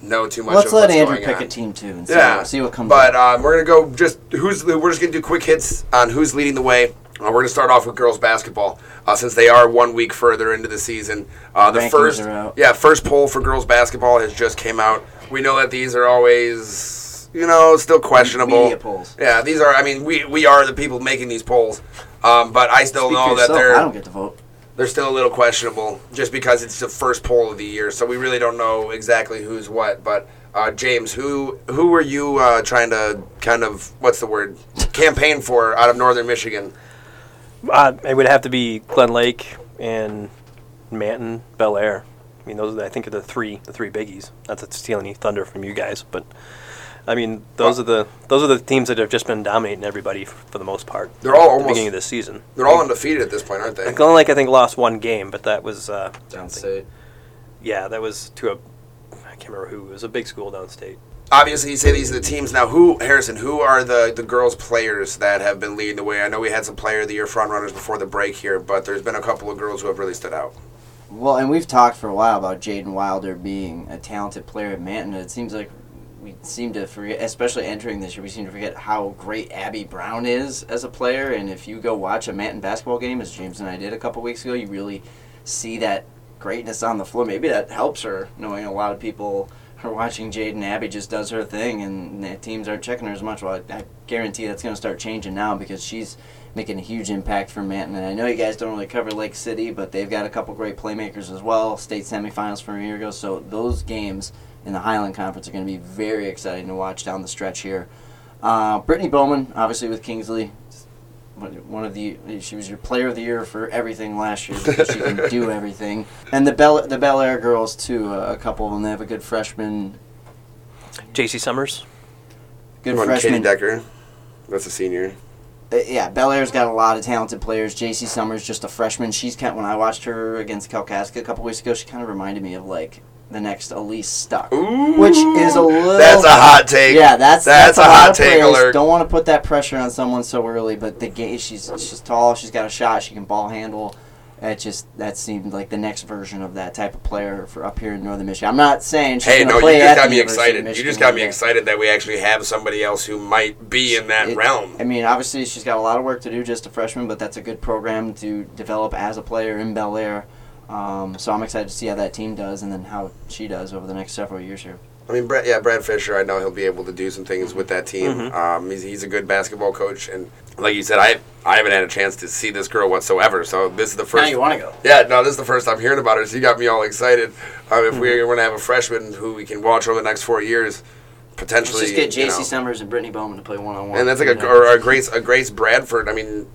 know too much Let's of let what's Andrew going pick on. a team too and see, Yeah. see what comes. But up. um, we're gonna go just who's we're just gonna do quick hits on who's leading the way. Uh, we're gonna start off with girls basketball uh, since they are one week further into the season. Uh, the Rankings first, are out. yeah, first poll for girls basketball has just came out. We know that these are always, you know, still questionable. media polls. Yeah, these are. I mean, we we are the people making these polls, um, but I still Speak for know that yourself, they're I don't get to vote. they're still a little questionable just because it's the first poll of the year, so we really don't know exactly who's what. But uh, James, who who were you uh, trying to kind of what's the word campaign for out of Northern Michigan? Uh, it would have to be Glen Lake and Manton, Bel Air. I mean, those are, I think are the three the three biggies. Not to steal any thunder from you guys, but I mean, those are the those are the teams that have just been dominating everybody f- for the most part. They're all at the almost- beginning of this season. They're all undefeated at this point, aren't they? Glen Lake, I think, lost one game, but that was uh, Downstate. yeah, that was to a I can't remember who. It was a big school downstate. Obviously, you say these are the teams now. Who Harrison? Who are the the girls players that have been leading the way? I know we had some player of the year front runners before the break here, but there's been a couple of girls who have really stood out. Well, and we've talked for a while about Jaden Wilder being a talented player at Manton. and It seems like we seem to forget, especially entering this year, we seem to forget how great Abby Brown is as a player. And if you go watch a Manton basketball game, as James and I did a couple weeks ago, you really see that greatness on the floor. Maybe that helps her, knowing a lot of people are watching Jaden Abby just does her thing, and the teams aren't checking her as much. Well, I, I guarantee that's going to start changing now because she's making a huge impact for Manton. And I know you guys don't really cover Lake City, but they've got a couple great playmakers as well. State semifinals from a year ago, so those games in the Highland Conference are going to be very exciting to watch down the stretch here. Uh, Brittany Bowman, obviously with Kingsley, one one of the she was your player of the year for everything last year because she can do everything. And the Bel the Bel Air girls too, uh, a couple of them. They have a good freshman, J.C. Summers. good Come on, Katie freshman. Decker, that's a senior. Uh, yeah, Bel Air's got a lot of talented players. J.C. Summers, just a freshman. She's kind. When I watched her against Kalkaska a couple weeks ago, she kind of reminded me of like the next Elise Stuck, which is a little. That's a hot take. Yeah, that's That's a lot hot of take players alert. Don't want to put that pressure on someone so early, but the game she's she's tall, she's got a shot, she can ball handle. That just that seemed like the next version of that type of player for up here in Northern Michigan. I'm not saying she's Hey, gonna no, play you at just got the me University of excited. You Michigan just got one me day. excited that we actually have somebody else who might be in that It- realm. I mean, obviously, she's got a lot of work to do just a freshman, but that's a good program to develop as a player in Bel Air. Um, so I'm excited to see how that team does and then how she does over the next several years here. I mean, Brad, yeah, Brad Fisher. I know he'll be able to do some things with that team. Mhm. Um, he's, he's a good basketball coach, and like you said, I I haven't had a chance to see this girl whatsoever. So this is the first. want to go? yeah, no, this is the first I'm hearing about her. So you got me all excited. Um, if we're Mm-hmm. going to have a freshman who we can watch over the next four years, Let's potentially. just get you J.C. know. Summers and Brittany Bowman to play one on one. and that's like a, or a Grace a Grace Bradford. I mean,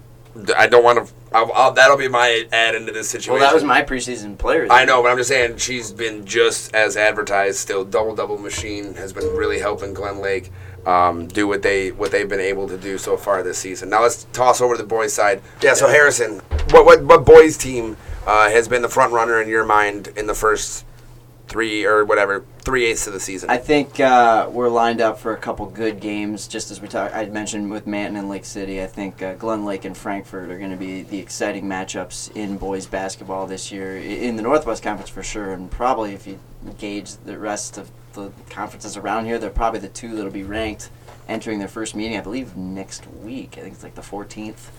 d- I don't want to. I'll, I'll, that'll be my add into this situation. well, that was my preseason player. I know, but I'm just saying she's been just as advertised. Still, double double machine has been really helping Glen Lake um, do what they what they've been able to do so far this season. Now let's toss over to the boys' side. Yeah. So Harrison, what what what boys team uh, has been the front runner in your mind in the first three or whatever three eighths of the season? I think uh, we're lined up for a couple good games. Just as we talked, I mentioned with Manton and Lake City. I think uh, Glen Lake and Frankfurt are going to be the exciting matchups in boys basketball this year i- in the Northwest Conference for sure, and probably if you gauge the rest of the conferences around here, they're probably the two that'll be ranked entering their first meeting. I believe next week. I think it's like the 14th.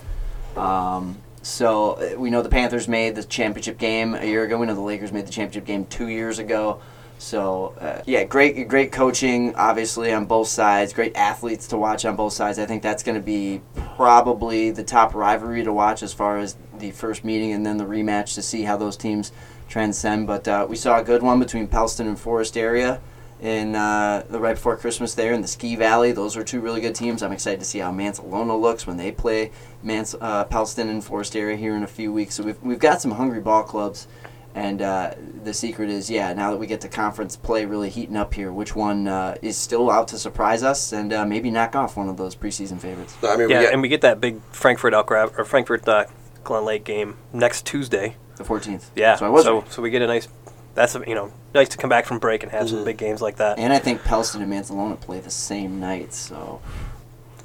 Um, so uh, we know the Panthers made the championship game a year ago. We know the Lakers made the championship game two years ago. So uh, yeah, great, great coaching, obviously on both sides. Great athletes to watch on both sides. I think that's going to be probably the top rivalry to watch as far as the first meeting and then the rematch to see how those teams transcend. But uh, we saw a good one between Pelston and Forest area in uh, the right before Christmas there in the Ski Valley. Those are two really good teams. I'm excited to see how Mansalona looks when they play Mans- uh, Palston and Forest Area here in a few weeks. So we've, we've got some hungry ball clubs And uh, the secret is, yeah, now that we get to conference play really heating up here, which one uh, is still out to surprise us and uh, maybe knock off one of those preseason favorites? I mean, Yeah, we get, and we get that big Frankfurt Alcra- or Frankfurt uh, Glen Lake game next Tuesday. The 14th. Yeah, So I was. so, right. so we get a nice. That's a, you know nice to come back from break and have some big games like that. And I think Pelston and Mansalona play the same night, so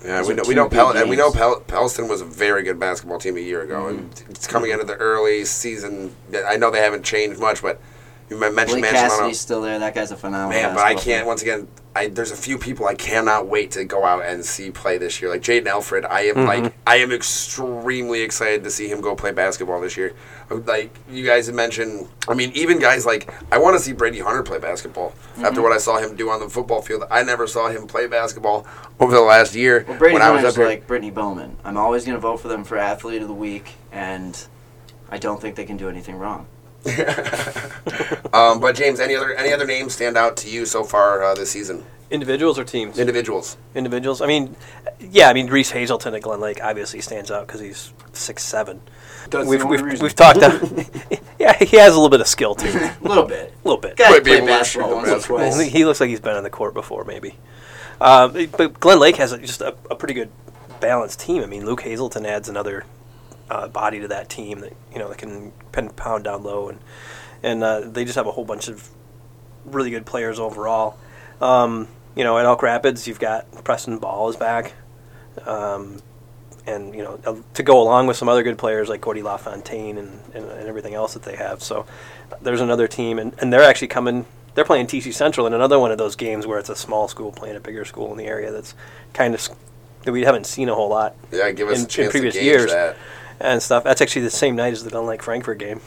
yeah, those we are know we two know big Pel- and we know games. Mm-hmm. Pel- Pelston was a very good basketball team a year ago, and it's coming into the early season. I know they haven't changed much, but you mentioned Blake Manchester. Cassidy's still there. That guy's a Oh, phenomenal. Man, but I basketball can't. player. Once again, I there's a few people I cannot wait to go out and see play this year. Like Jaden Alfred, I am like Mm-hmm. I am extremely excited to see him go play basketball this year. Uh, Like you guys had mentioned, I mean, even guys like I want to see Brady Hunter play basketball. Mm-hmm. After what I saw him do on the football field, I never saw him play basketball over the last year Well, Brady when I was up Hunter's here. like Brittany Bowman. I'm always going to vote for them for athlete of the week, and I don't think they can do anything wrong. um, but James, any other any other names stand out to you so far uh, this season? Individuals or teams? Individuals. individuals. I mean, yeah, I mean Reese Hazelton at Glen Lake obviously stands out because he's six seven. That's the we've only we've, reason. we've talked. About, yeah, he has a little bit of skill too, a A little bit. little bit. Guy Might be play able to shoot basketball the once or basketball. twice. He looks like he's been on the court before, maybe. Uh, but Glen Lake has a, just a, a pretty good balanced team. I mean, Luke Hazelton adds another uh, body to that team that you know that can pen, pound down low, and and uh, they just have a whole bunch of really good players overall. Um, you know, at Elk Rapids, you've got Preston Ball is back, um, and you know uh, to go along with some other good players like Cody LaFontaine and, and, and everything else that they have. So there's another team, and, and they're actually coming. They're playing TC Central in another one of those games where it's a small school playing a bigger school in the area. That's kind of s- that we haven't seen a whole lot Yeah, give us In- a in chance previous to gauge years. that. and stuff. That's actually the same night as the Glen Lake Frankfurt game.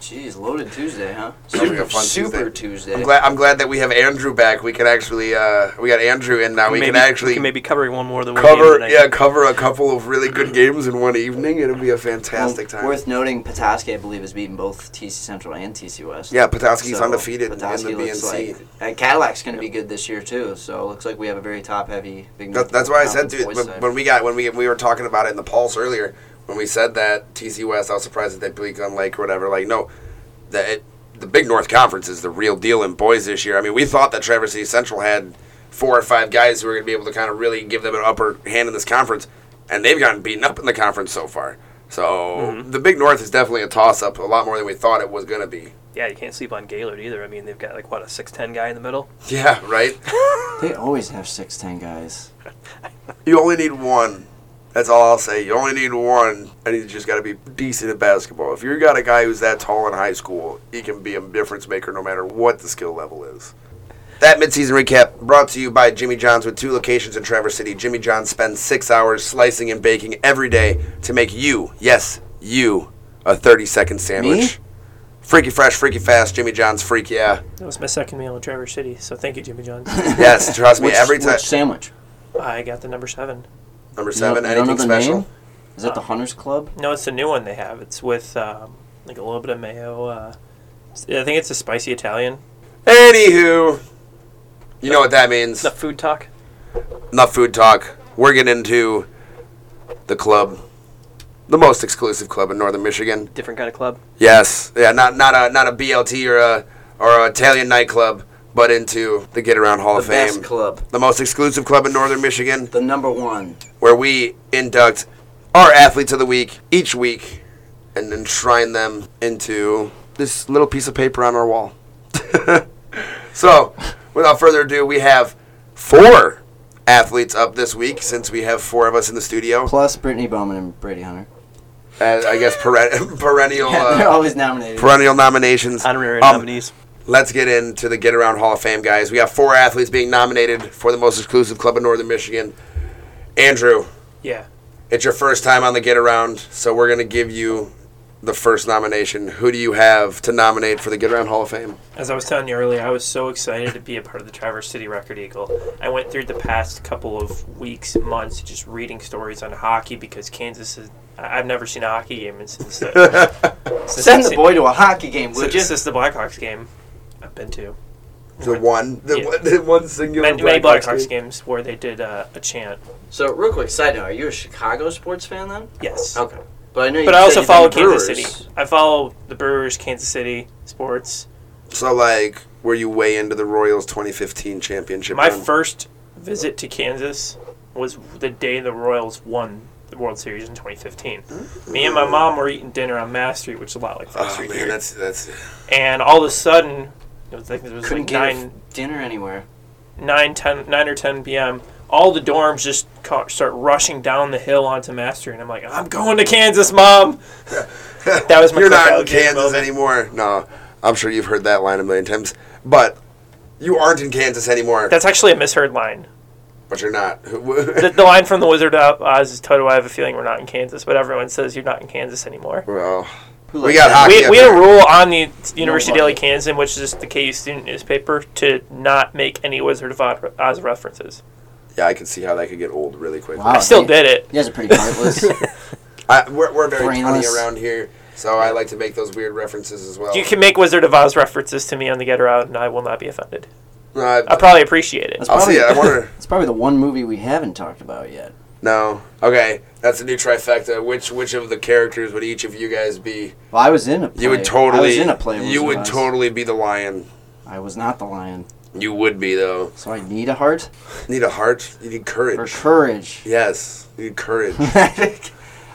Jeez, loaded Tuesday, huh? Sounds like Super, a fun super Tuesday. I'm glad. I'm glad that we have Andrew back. We can actually. Uh, we got Andrew in now. We maybe, can actually we can maybe cover one more than one game cover. tonight. Yeah, cover a couple of really good games in one evening. It'll be a fantastic Well, time. Worth noting, Petoskey, I believe, has beaten both TC Central and TC West. yeah, Petoskey's So, undefeated Petoskey in the looks BNC. like- and Cadillac's going to be good this year too. So it looks like we have a very top-heavy big. That, that's why I said, dude. conference boys When, side. when we got when we we were talking about it in the pulse earlier, when we said that TC West, I was surprised that they bleak on Lake or whatever. Like, no, the it, the Big North Conference is the real deal in boys this year. I mean, we thought that Traverse City Central had four or five guys who were going to be able to kind of really give them an upper hand in this conference, and they've gotten beaten up in the conference so far. So the Big North is definitely a toss up, a lot more than we thought it was going to be. yeah, you can't sleep on Gaylord either. I mean, they've got like what a six ten guy in the middle. Yeah, right. they always have six ten guys. You only need one. That's all I'll say. You only need one, and you just got to be decent at basketball. If you got a guy who's that tall in high school, he can be a difference maker no matter what the skill level is. That midseason recap brought to you by Jimmy John's with two locations in Traverse City. Jimmy John's spends six hours slicing and baking every day to make you, yes, you, a 30 second sandwich. Freaky fresh, freaky fast, Jimmy John's freak, yeah. That was my second meal in Traverse City, so thank you, Jimmy John. Yes, trust me, Which- every which time. sandwich? I got the number seven. Number You don't- seven, you don't know anything the special? name? Is Uh, that the Hunters Club? No, it's the new one they have. It's with um, like a little bit of mayo. Uh, I think it's a spicy Italian. Anywho, you know what that means. The food talk. Enough food talk. We're getting into the club, the most exclusive club in Northern Michigan. Different kind of club. Yes, yeah, not not a not a BLT or a or a Italian nightclub, but into the Get Around Hall The of Fame, best club. the most exclusive club in Northern Michigan, The number one. where we induct our athletes of the week each week, and enshrine them into this little piece of paper on our wall. So, without further ado, we have four athletes up this week since we have four of us in the studio. Plus Brittany Bowman and Brady Hunter. Uh, I guess peren- perennial Yeah, they're uh, always nominated. perennial nominations. Honorary Um, nominees. Let's get into the Get Around Hall of Fame, guys. We have four athletes being nominated for the most exclusive club in Northern Michigan. Andrew, Yeah. it's your first time on the Get Around, so we're gonna give you the first nomination. Who do you have to nominate for the Get Around Hall of Fame? As I was telling you earlier, I was so excited to be a part of the Traverse City Record Eagle. I went through the past couple of weeks, months, just reading stories on hockey because Kansas is. I- I've never seen a hockey game since the, since, Send the boy to a hockey game, would since, you? since the Blackhawks game I've been to. The one, the, Yeah. one, the one singular Many, many Blackhawks Blackhawks game. games where they did uh, a chant. So, real quick, side note: Are you a Chicago sports fan then? Yes. Okay. But I know. But you I said also you've done follow Kansas Brewers. City. I follow the Brewers, Kansas City sports. So like, were you way into the Royals 2015 championship? My run? first visit to Kansas was the day the Royals won the World Series in 2015. Me and my mom were eating dinner on Mass Street, which is a lot like Front Oh Street man, here. that's that's. and all of a sudden, it was like, it was Couldn't like get nine, dinner anywhere. nine, 10, 9 or 10 p.m. All the dorms just ca- start rushing down the hill onto Mass Street, and I'm like, I'm going to Kansas, mom. That was my You're not cookout in game Kansas moment. anymore. No, I'm sure you've heard that line a million times. But you aren't in Kansas anymore. That's actually a misheard line. but you're not. The, the line from The Wizard of Oz is Toto, I have a feeling we're not in Kansas, but everyone says you're not in Kansas anymore. well, Who we likes got that? hockey. we, up we had a there. rule on the University Daily Nobody. Kansan, which is the KU student newspaper, to not make any Wizard of Oz references. Yeah, I could see how that could get old really quick. Wow. I still yeah. did it. You guys are pretty heartless. I, we're, we're very funny Brainless. around here, so I like to make those weird references as well. You can make Wizard of Oz references to me on the Get Her Out, and I will not be offended. No, I, I probably appreciate it. That's I'll see. I wonder. It's probably the one movie we haven't talked about yet. No. Okay, that's a new trifecta. Which which of the characters would each of you guys be? Well, I was in a play. You would totally. I was in a play. with You Wizard would of Oz. totally be the lion. I was not the lion, You would be though. so I need a heart Need a heart. You need courage. for courage. Yes, you need courage.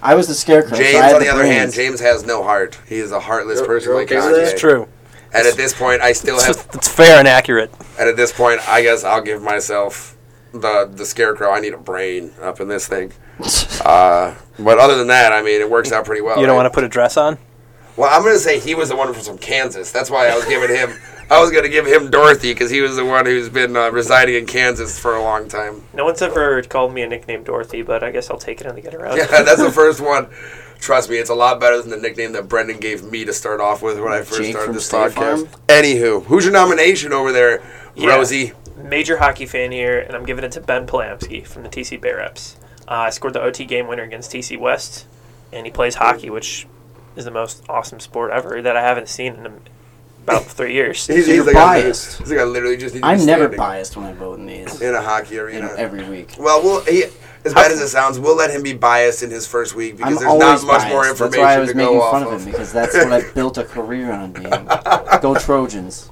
I was the scarecrow. so I James, had on the other hand, brains. James has no heart. He is a heartless You're- person you're like okay with Kanye. that? It's true. And at this point, I still It's, have. it's fair and accurate. And at this point, I guess I'll give myself the the scarecrow. I need a brain up in this thing. Uh, but other than that, I mean, it works out pretty well. you don't want to put a dress on? to. Well, I'm gonna say he was the one from Kansas. That's why I was giving him. I was gonna give him Dorothy because he was the one who's been uh, residing in Kansas for a long time. No one's ever called me a nickname Dorothy, but I guess I'll take it on the Get Her Out. Yeah, that's the first one. Trust me, it's a lot better than the nickname that Brendan gave me to start off with when I first Jake started from this State podcast. Farm? Anywho, who's your nomination over there, Yeah. Rosie? Major hockey fan here, and I'm giving it to Ben Polamski from the TC Bear Reps. Uh, I scored the OT game winner against TC West, and he plays hockey, which is the most awesome sport ever that I haven't seen in about three years. He's, So you're like, I- biased. he's like, I literally just need to be I'm never standing biased when I vote in these. in a hockey You arena. know, every week. well, we'll he, as bad as it sounds, we'll let him be biased in his first week because I'm there's not always much more biased. information That's why I was to making go fun off of him because that's what I built a career on being. Go Trojans.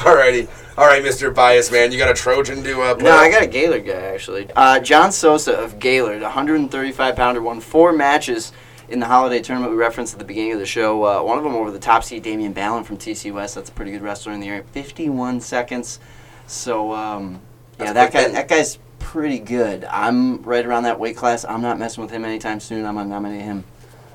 Alrighty, all right, Mr. Bias man, you got a Trojan to uh, play? No, I got a Gaylord guy actually. Uh, John Sosa of Gaylord, 135 pounder, won four matches in the holiday tournament we referenced at the beginning of the show. Uh, one of them over the top seed Damian Ballon from TC West. That's a pretty good wrestler in the area. 51 seconds. So um, yeah, That's that pretty guy. good. That guy's pretty good. I'm right around that weight class. I'm not messing with him anytime soon. I'm gonna nominate him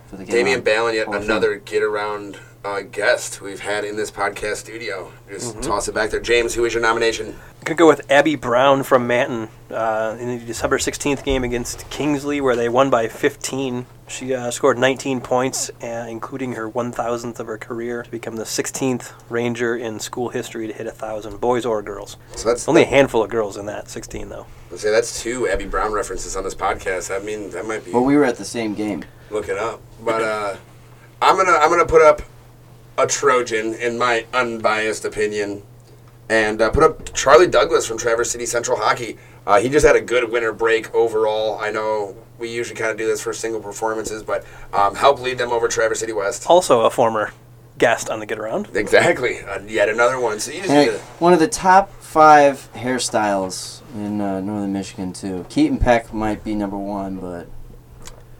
for the Gaylord. Damian Ballon, yet Hall of Fame. another get around uh, guest we've had in this podcast studio. Just Mm-hmm. toss it back there, James. Who is your nomination? Gonna go with Abby Brown from Manton uh, in the December 16th game against Kingsley, where they won by 15. She uh, scored 19 points, uh, including her 1,000th of her career, to become the 16th Ranger in school history to hit 1,000, boys or girls. So that's Only a handful of girls in that 16, though. Let's say that's two Abby Brown references on this podcast. I mean, that might be But we were at the same game. looking up. But uh, I'm gonna I'm gonna put up a Trojan in my unbiased opinion, and uh, put up Charlie Douglas from Traverse City Central Hockey. Uh, he just had a good winter break overall. I know we usually kind of do this for single performances, but um, help lead them over Traverse City West. Also a former guest on the Get Around. Exactly, uh, yet another one. So you just Hey, need to- one of the top five hairstyles in uh, northern Michigan too. Keaton Peck might be number one, but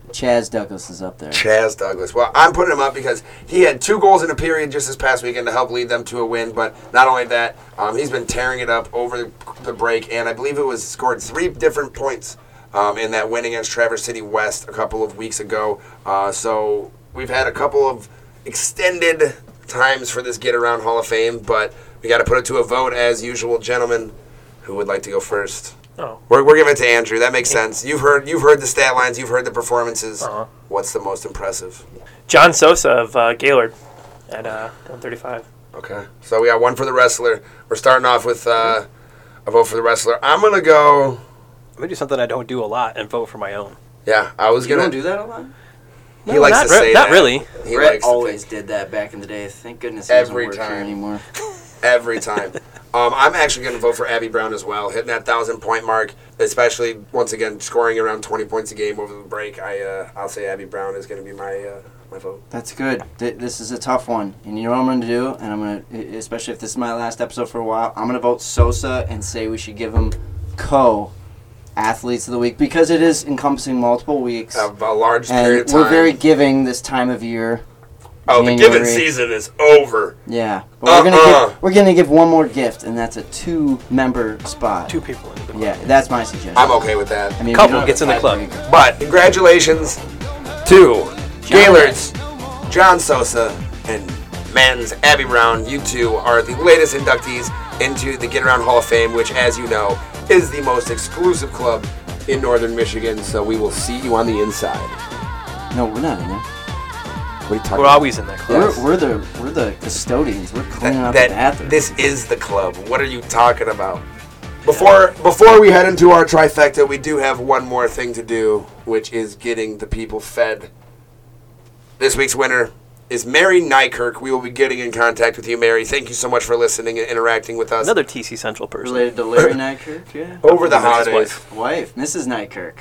Chaz Douglas is up there. Chaz Douglas. Well, I'm putting him up because he had two goals in a period just this past weekend to help lead them to a win. But not only that, um, he's been tearing it up over the, the break, and I believe it was scored three different points um, in that win against Traverse City West a couple of weeks ago. Uh, so we've had a couple of extended times for this get around Hall of Fame, but we got to put it to a vote as usual, gentlemen. Who would like to go first? Oh, We're, we're giving it to Andrew. That makes sense. You've heard you've heard the stat lines. You've heard the performances. Uh-huh. What's the most impressive? John Sosa of uh, Gaylord at uh, 135. Okay. So we got one for the wrestler. We're starting off with uh, a vote for the wrestler. I'm gonna go. I'm gonna do something I don't do a lot and vote for my own. Yeah, I was gonna. that a lot. he likes not, to say not that. really. He Brett likes to always think did that back in the day. Thank goodness he Every doesn't work time. here anymore. every time. Um, I'm actually going to vote for Abby Brown as well, hitting that thousand point mark, especially once again scoring around 20 points a game over the break. I uh, I'll say Abby Brown is going to be my uh, my vote. That's good. Th- this is a tough one, and you know what I'm going to do. And I'm going to, especially if this is my last episode for a while, I'm going to vote Sosa and say we should give him co athletes of the week because it is encompassing multiple weeks, A, a large period and of we're time. very giving this time of year. oh, the given January. season is over. Yeah, but we're Uh-uh. gonna give, we're gonna give one more gift, and that's a two-member spot. Two people in the club. Yeah, that's my suggestion. I'm okay with that. I mean, if you Couple don't have gets a in the five, club. you can- But congratulations to Gaylords, John Sosa, and Men's Abby Brown. You two are the latest inductees into the Get Around Hall of Fame, which, as you know, is the most exclusive club in Northern Michigan. So we will see you on the inside. No, we're not in there. What are you talking We're always in that club. Yes. We're, we're the we're the custodians. We're cleaning that, up that the bathroom. this is the club. What are you talking about? Before before we head into our trifecta, we do have one more thing to do, which is getting the people fed. This week's winner is Mary Nykirk. We will be getting in contact with you, Mary. Thank you so much for listening and interacting with us Another TC Central person. related to Larry Nykerk, yeah. over the That's his holidays. Wife, Mrs. Nykerk.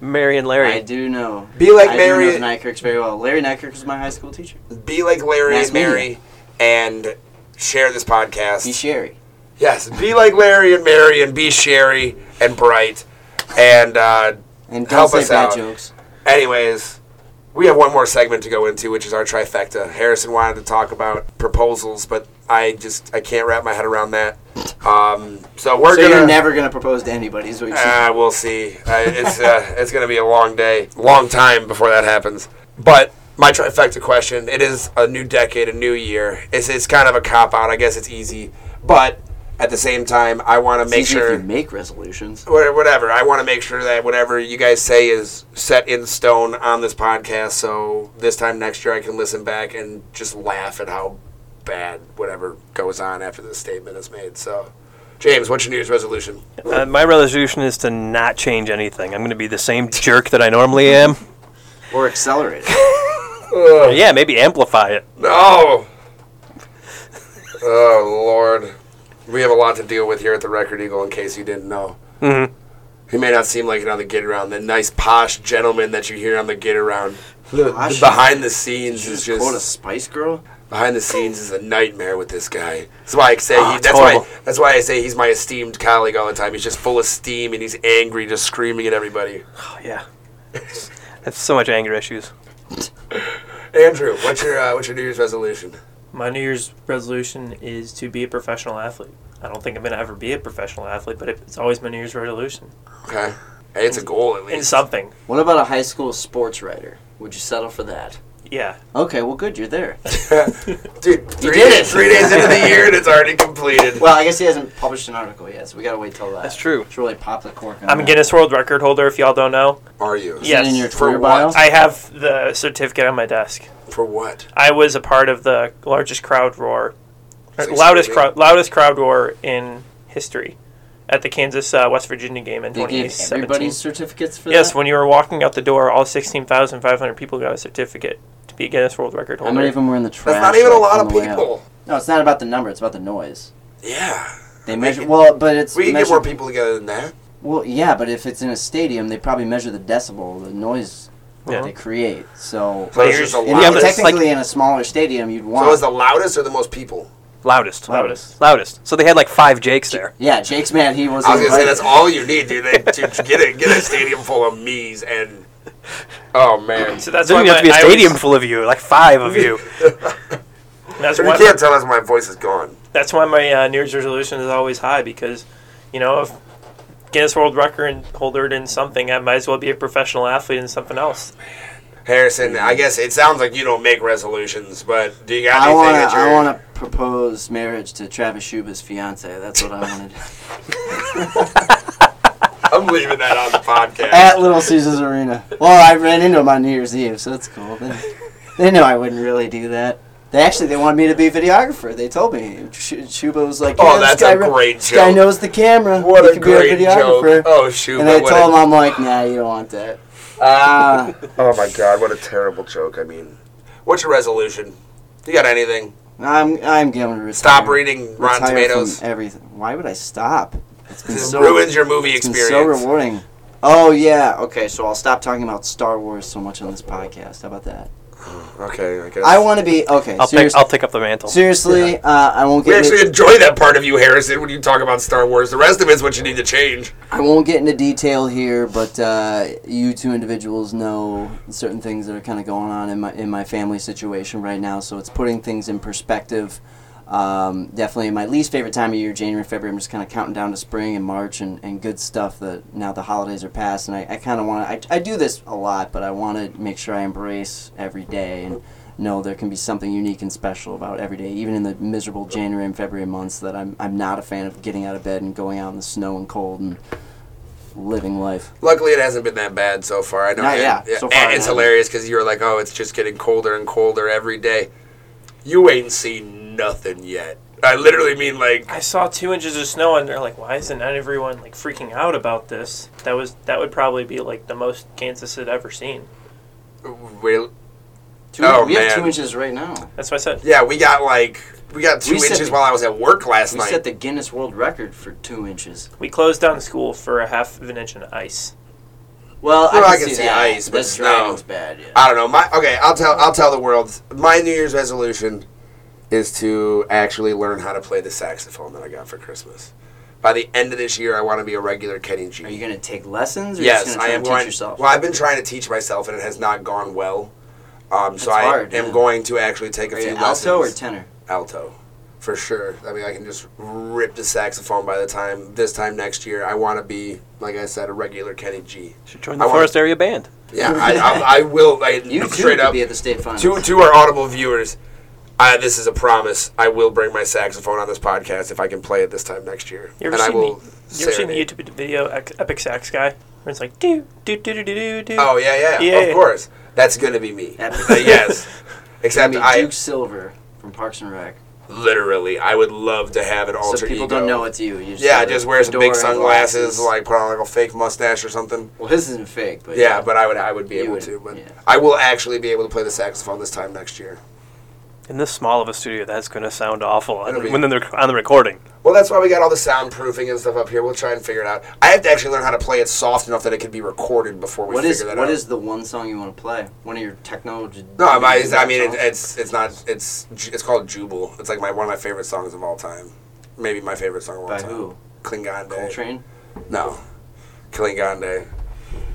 Mary and Larry. I do know. Be like I Mary- Do know the Nykirks very well. Larry Nykirk was my high school teacher. Be like Larry Mass and Mary, and share this podcast. He's Sherry. yes, be like Larry and Mary, and be Sherry and Bright, and. Uh, And don't Help say us bad out. jokes. Anyways, we have one more segment to go into, which is our trifecta. Harrison wanted to talk about proposals, but I just I can't wrap my head around that. Um, so we're so gonna you're never gonna propose to anybody, is what you're saying. uh, we'll see. Uh, it's uh, it's gonna be a long day, long time before that happens. But my trifecta question: It is a new decade, a new year. It's it's kind of a cop out. I guess it's easy, but at the same time, I want to It's make easy sure if you make resolutions. Wha- whatever. I want to make sure that whatever you guys say is set in stone on this podcast. So this time next year, I can listen back and just laugh at how bad whatever goes on after this statement is made. So, James, what's your New Year's resolution? Uh, my resolution is to not change anything. I'm going to be the same jerk that I normally am. Or accelerate. it. Ugh, Yeah, maybe amplify it. no. oh Lord, we have a lot to deal with here at the Record Eagle. In case you didn't know. Mhm. He may not seem like it on the get around. The nice posh gentleman that you hear on the get around, the, Posh? behind the Did scenes you is just just quote a Spice Girl? behind the scenes is a nightmare with this guy. That's why I say Oh, he, it's that's horrible. why that's why I say he's my esteemed colleague all the time. He's just full of steam and he's angry, just screaming at everybody. Oh, yeah. That's so much anger issues. Andrew, what's your uh, what's your New Year's resolution? My New Year's resolution is to be a professional athlete. I don't think I'm going to ever be a professional athlete, but it's always my New Year's resolution. Okay, hey, it's a goal at In least. something. What about a high school sports writer? Would you settle for that? Yeah. Okay, well, good. You're there. Dude, three, did days, it. three days into the year and it's already completed. Well, I guess he hasn't published an article yet, so we gotta wait till that. That's true. To really pop the cork. On I'm a that. Guinness World Record holder, if y'all don't know. Are you Is that Yes, in your for Twitter what? bio? I have the certificate on my desk. for what? I was a part of the largest crowd roar, Is it loudest screaming? crowd, loudest crowd roar in history, at the Kansas uh, West Virginia game in They gave 2017. everybody's certificates for Yes, that. when you were walking out the door, all 16,500 people got a certificate to be a Guinness World Record How holder. many of them were in the trash? That's not even a like, lot on of the way out? people. No, it's not about the number. It's about the noise. Yeah, They measure can- well, but it's we can get measured- more people together than that. Well, yeah, but if it's in a stadium, they probably measure the decibel, the noise Yeah. that they create. So, So it's just the and Players- Yeah, if but loudest. it's technically in a smaller stadium, you'd want. so is the loudest or the most people? Loudest. Loudest. Loudest. So they had like five Jakes there. yeah, Jake's mad. He was. I was gonna say that's all you need, dude. They, to get a get a stadium full of me's and oh man. So that's It doesn't why even have to be a my- I stadium always- full of you, like five of you. that's You why can't tell us my voice is gone. that's why my uh, New Year's resolution is always high because, you know, if Guinness World Record holder in something, I might as well be a professional athlete in something else. Harrison, I guess it sounds like you don't make resolutions, but do you got I anything want that to. you're? I want to propose marriage to Travis Schuba's fiance. That's what I want to do. I'm leaving that on the podcast. At Little Caesars Arena. Well, I ran into him on New Year's Eve, so that's cool. They, they knew I wouldn't really do that. They actually they wanted me to be a videographer. They told me. Sh- Shuba was like, Oh, "Yeah, this that's guy a re- great This guy joke. knows the camera. what He a could great be a joke! videographer." Oh shoot! and I what told him, a, I'm like, "Nah, you don't want that." Uh, Ah, oh my god, what a terrible joke! I mean, what's your resolution? You got anything? I I'm I'm going to retire. Stop reading Rotten Retire from Tomatoes. Everything. Why would I stop? It's been It so ruins your movie it's been experience. so rewarding. Oh yeah. Okay, so I'll stop talking about Star Wars so much on this podcast. How about that? Okay, I guess. I want to be okay. I'll serious- pick, I'll pick up the mantle. seriously, uh, I won't we get. actually Into, enjoy that part of you, Harrison, when you talk about Star Wars. The rest of it's what you need to change. I won't get into detail here, but uh, you two individuals know certain things that are kind of going on in my in my family situation right now. So it's putting things in perspective. Um, definitely my least favorite time of year, January, February. I'm just kind of counting down to spring and March and, and good stuff that now the holidays are past. And I, I kind of want to, I, I do this a lot, but I want to make sure I embrace every day and know there can be something unique and special about every day, even in the miserable January and February months that I'm, I'm not a fan of getting out of bed and going out in the snow and cold and living life. Luckily, it hasn't been that bad so far. I know. Not and- yet. So far, and it it's hasn't. hilarious because you were like, "Oh, it's just getting colder and colder every day." You ain't seen nothing yet. I literally mean like I saw two inches of snow, and they're like, "Why isn't everyone like freaking out about this?" That was that would probably be like the most Kansas had ever seen. we, Two, Oh, we have man. two inches right now. That's what I said. yeah, we got like we got two We set inches the- while I was at work last We night. set the Guinness World Record for two inches. We closed down school for a half of an inch of ice. Well, Well, I, can see, that. ice, but the snow. dragon's bad. Yeah. I don't know. My okay, I'll tell I'll tell the world. My New Year's resolution is to actually learn how to play the saxophone that I got for Christmas. By the end of this year, I want to be a regular Kenny G. Are you going to take lessons? Or yes, you just I gonna try am and going. Teach yourself. Well, I've been trying to teach myself, and it has not gone well. Um, so I That's hard, am yeah. going to actually take a Are few you lessons. alto or tenor? alto, for sure. I mean, I can just rip the saxophone by the time this time next year. I want to be, like I said, a regular Kenny G. Should join I the wanna- Forest Area Band. Yeah, I, I, I will. I, You too straight could up be at the state finals. to to our audible viewers, I, this is a promise. I will bring my saxophone on this podcast if I can play it this time next year, You ever and I seen will. You ever seen the serenade. YouTube video Ec- Epic Sax guy? Where it's like do do do do do do do. Oh yeah, yeah, Yeah, of yeah. course. That's gonna be me. Epic. Uh, yes, except be I Duke Silver from Parks and Rec. literally I would love to have an alter so people ego. don't know it's you. you just Yeah, I have a just wear some big fedora and sunglasses, glasses. like put on like a fake mustache or something. well, his isn't fake, but Yeah, but I would I would be You able would, to. But yeah. I will actually be able to play the saxophone this time next year. In this small of a studio, that's going to sound awful on, It'll be- when they're rec- on the recording. Well, that's why we got all the soundproofing and stuff up here. We'll try and figure it out. I have to actually learn how to play it soft enough that it can be recorded before we What figure is that what out. is the one song you want to play? One of your techno? no, I, might- I mean it, songs? it's it's not it's it's called Jubal. It's like my one of my favorite songs of all time. Maybe my favorite song of all by time. who? Klingon Day. Coltrane, No, Klingon Day.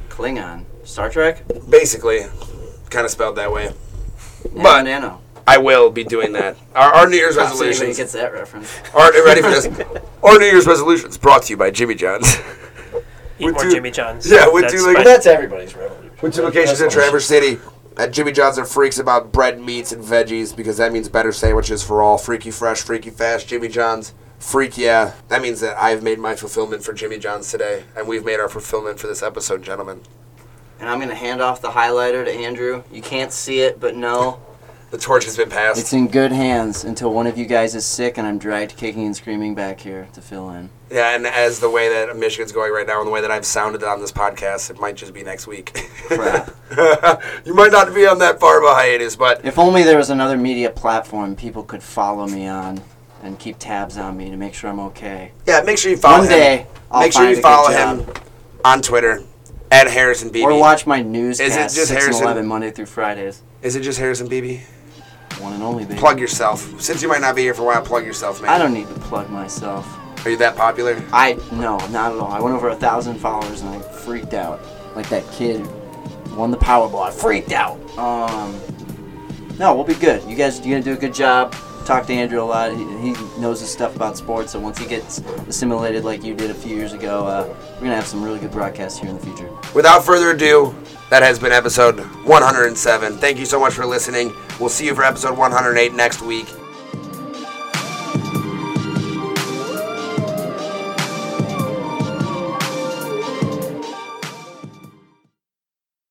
Klingon, Star Trek, Basically, kind of spelled that way. Nano But- Nano. I will be doing that. Our, our New Year's Perhaps anybody resolutions. gets that reference. Are you ready for this? Our New Year's resolutions brought to you by Jimmy John's. Eat would more you- Jimmy John's. Yeah, would That's you like- fine. Well, that's everybody's reference. With two locations in Traverse City. At Jimmy John's are freaks about bread, meats, and veggies because that means better sandwiches for all. Freaky fresh, freaky fast. Jimmy John's, freak yeah. That means that I've made my fulfillment for Jimmy John's today, and we've made our fulfillment for this episode, gentlemen. And I'm gonna hand off the highlighter to Andrew. You can't see it, but no, The torch has been passed. it's in good hands until one of you guys is sick and I'm dragged kicking and screaming back here to fill in. yeah, and as the way that Michigan's going right now, and the way that I've sounded on this podcast, it might just be next week. Crap. you might not be on that far of a hiatus, but If only there was another media platform people could follow me on and keep tabs on me to make sure I'm okay. yeah, make sure you follow One him. day, I'll make sure find you a follow good job. him on Twitter at Harrison BB. Or watch my newscast just 6 Harrison? and 11 Monday through Fridays. Is it just Harrison BB? One and only, baby. Plug yourself. Since you might not be here for a while, plug yourself, man. I don't need to plug myself. Are you that popular? I, no, not at all. I went over a thousand followers and I freaked out. Like that kid who won the Powerball. I freaked out. Um, no, we'll be good. You guys, you're going to do a good job. Talk to Andrew a lot. He, he knows his stuff about sports, so once he gets assimilated like you did a few years ago, uh, we're going to have some really good broadcasts here in the future. Without further ado, that has been episode 107. Thank you so much for listening. We'll see you for episode 108 next week.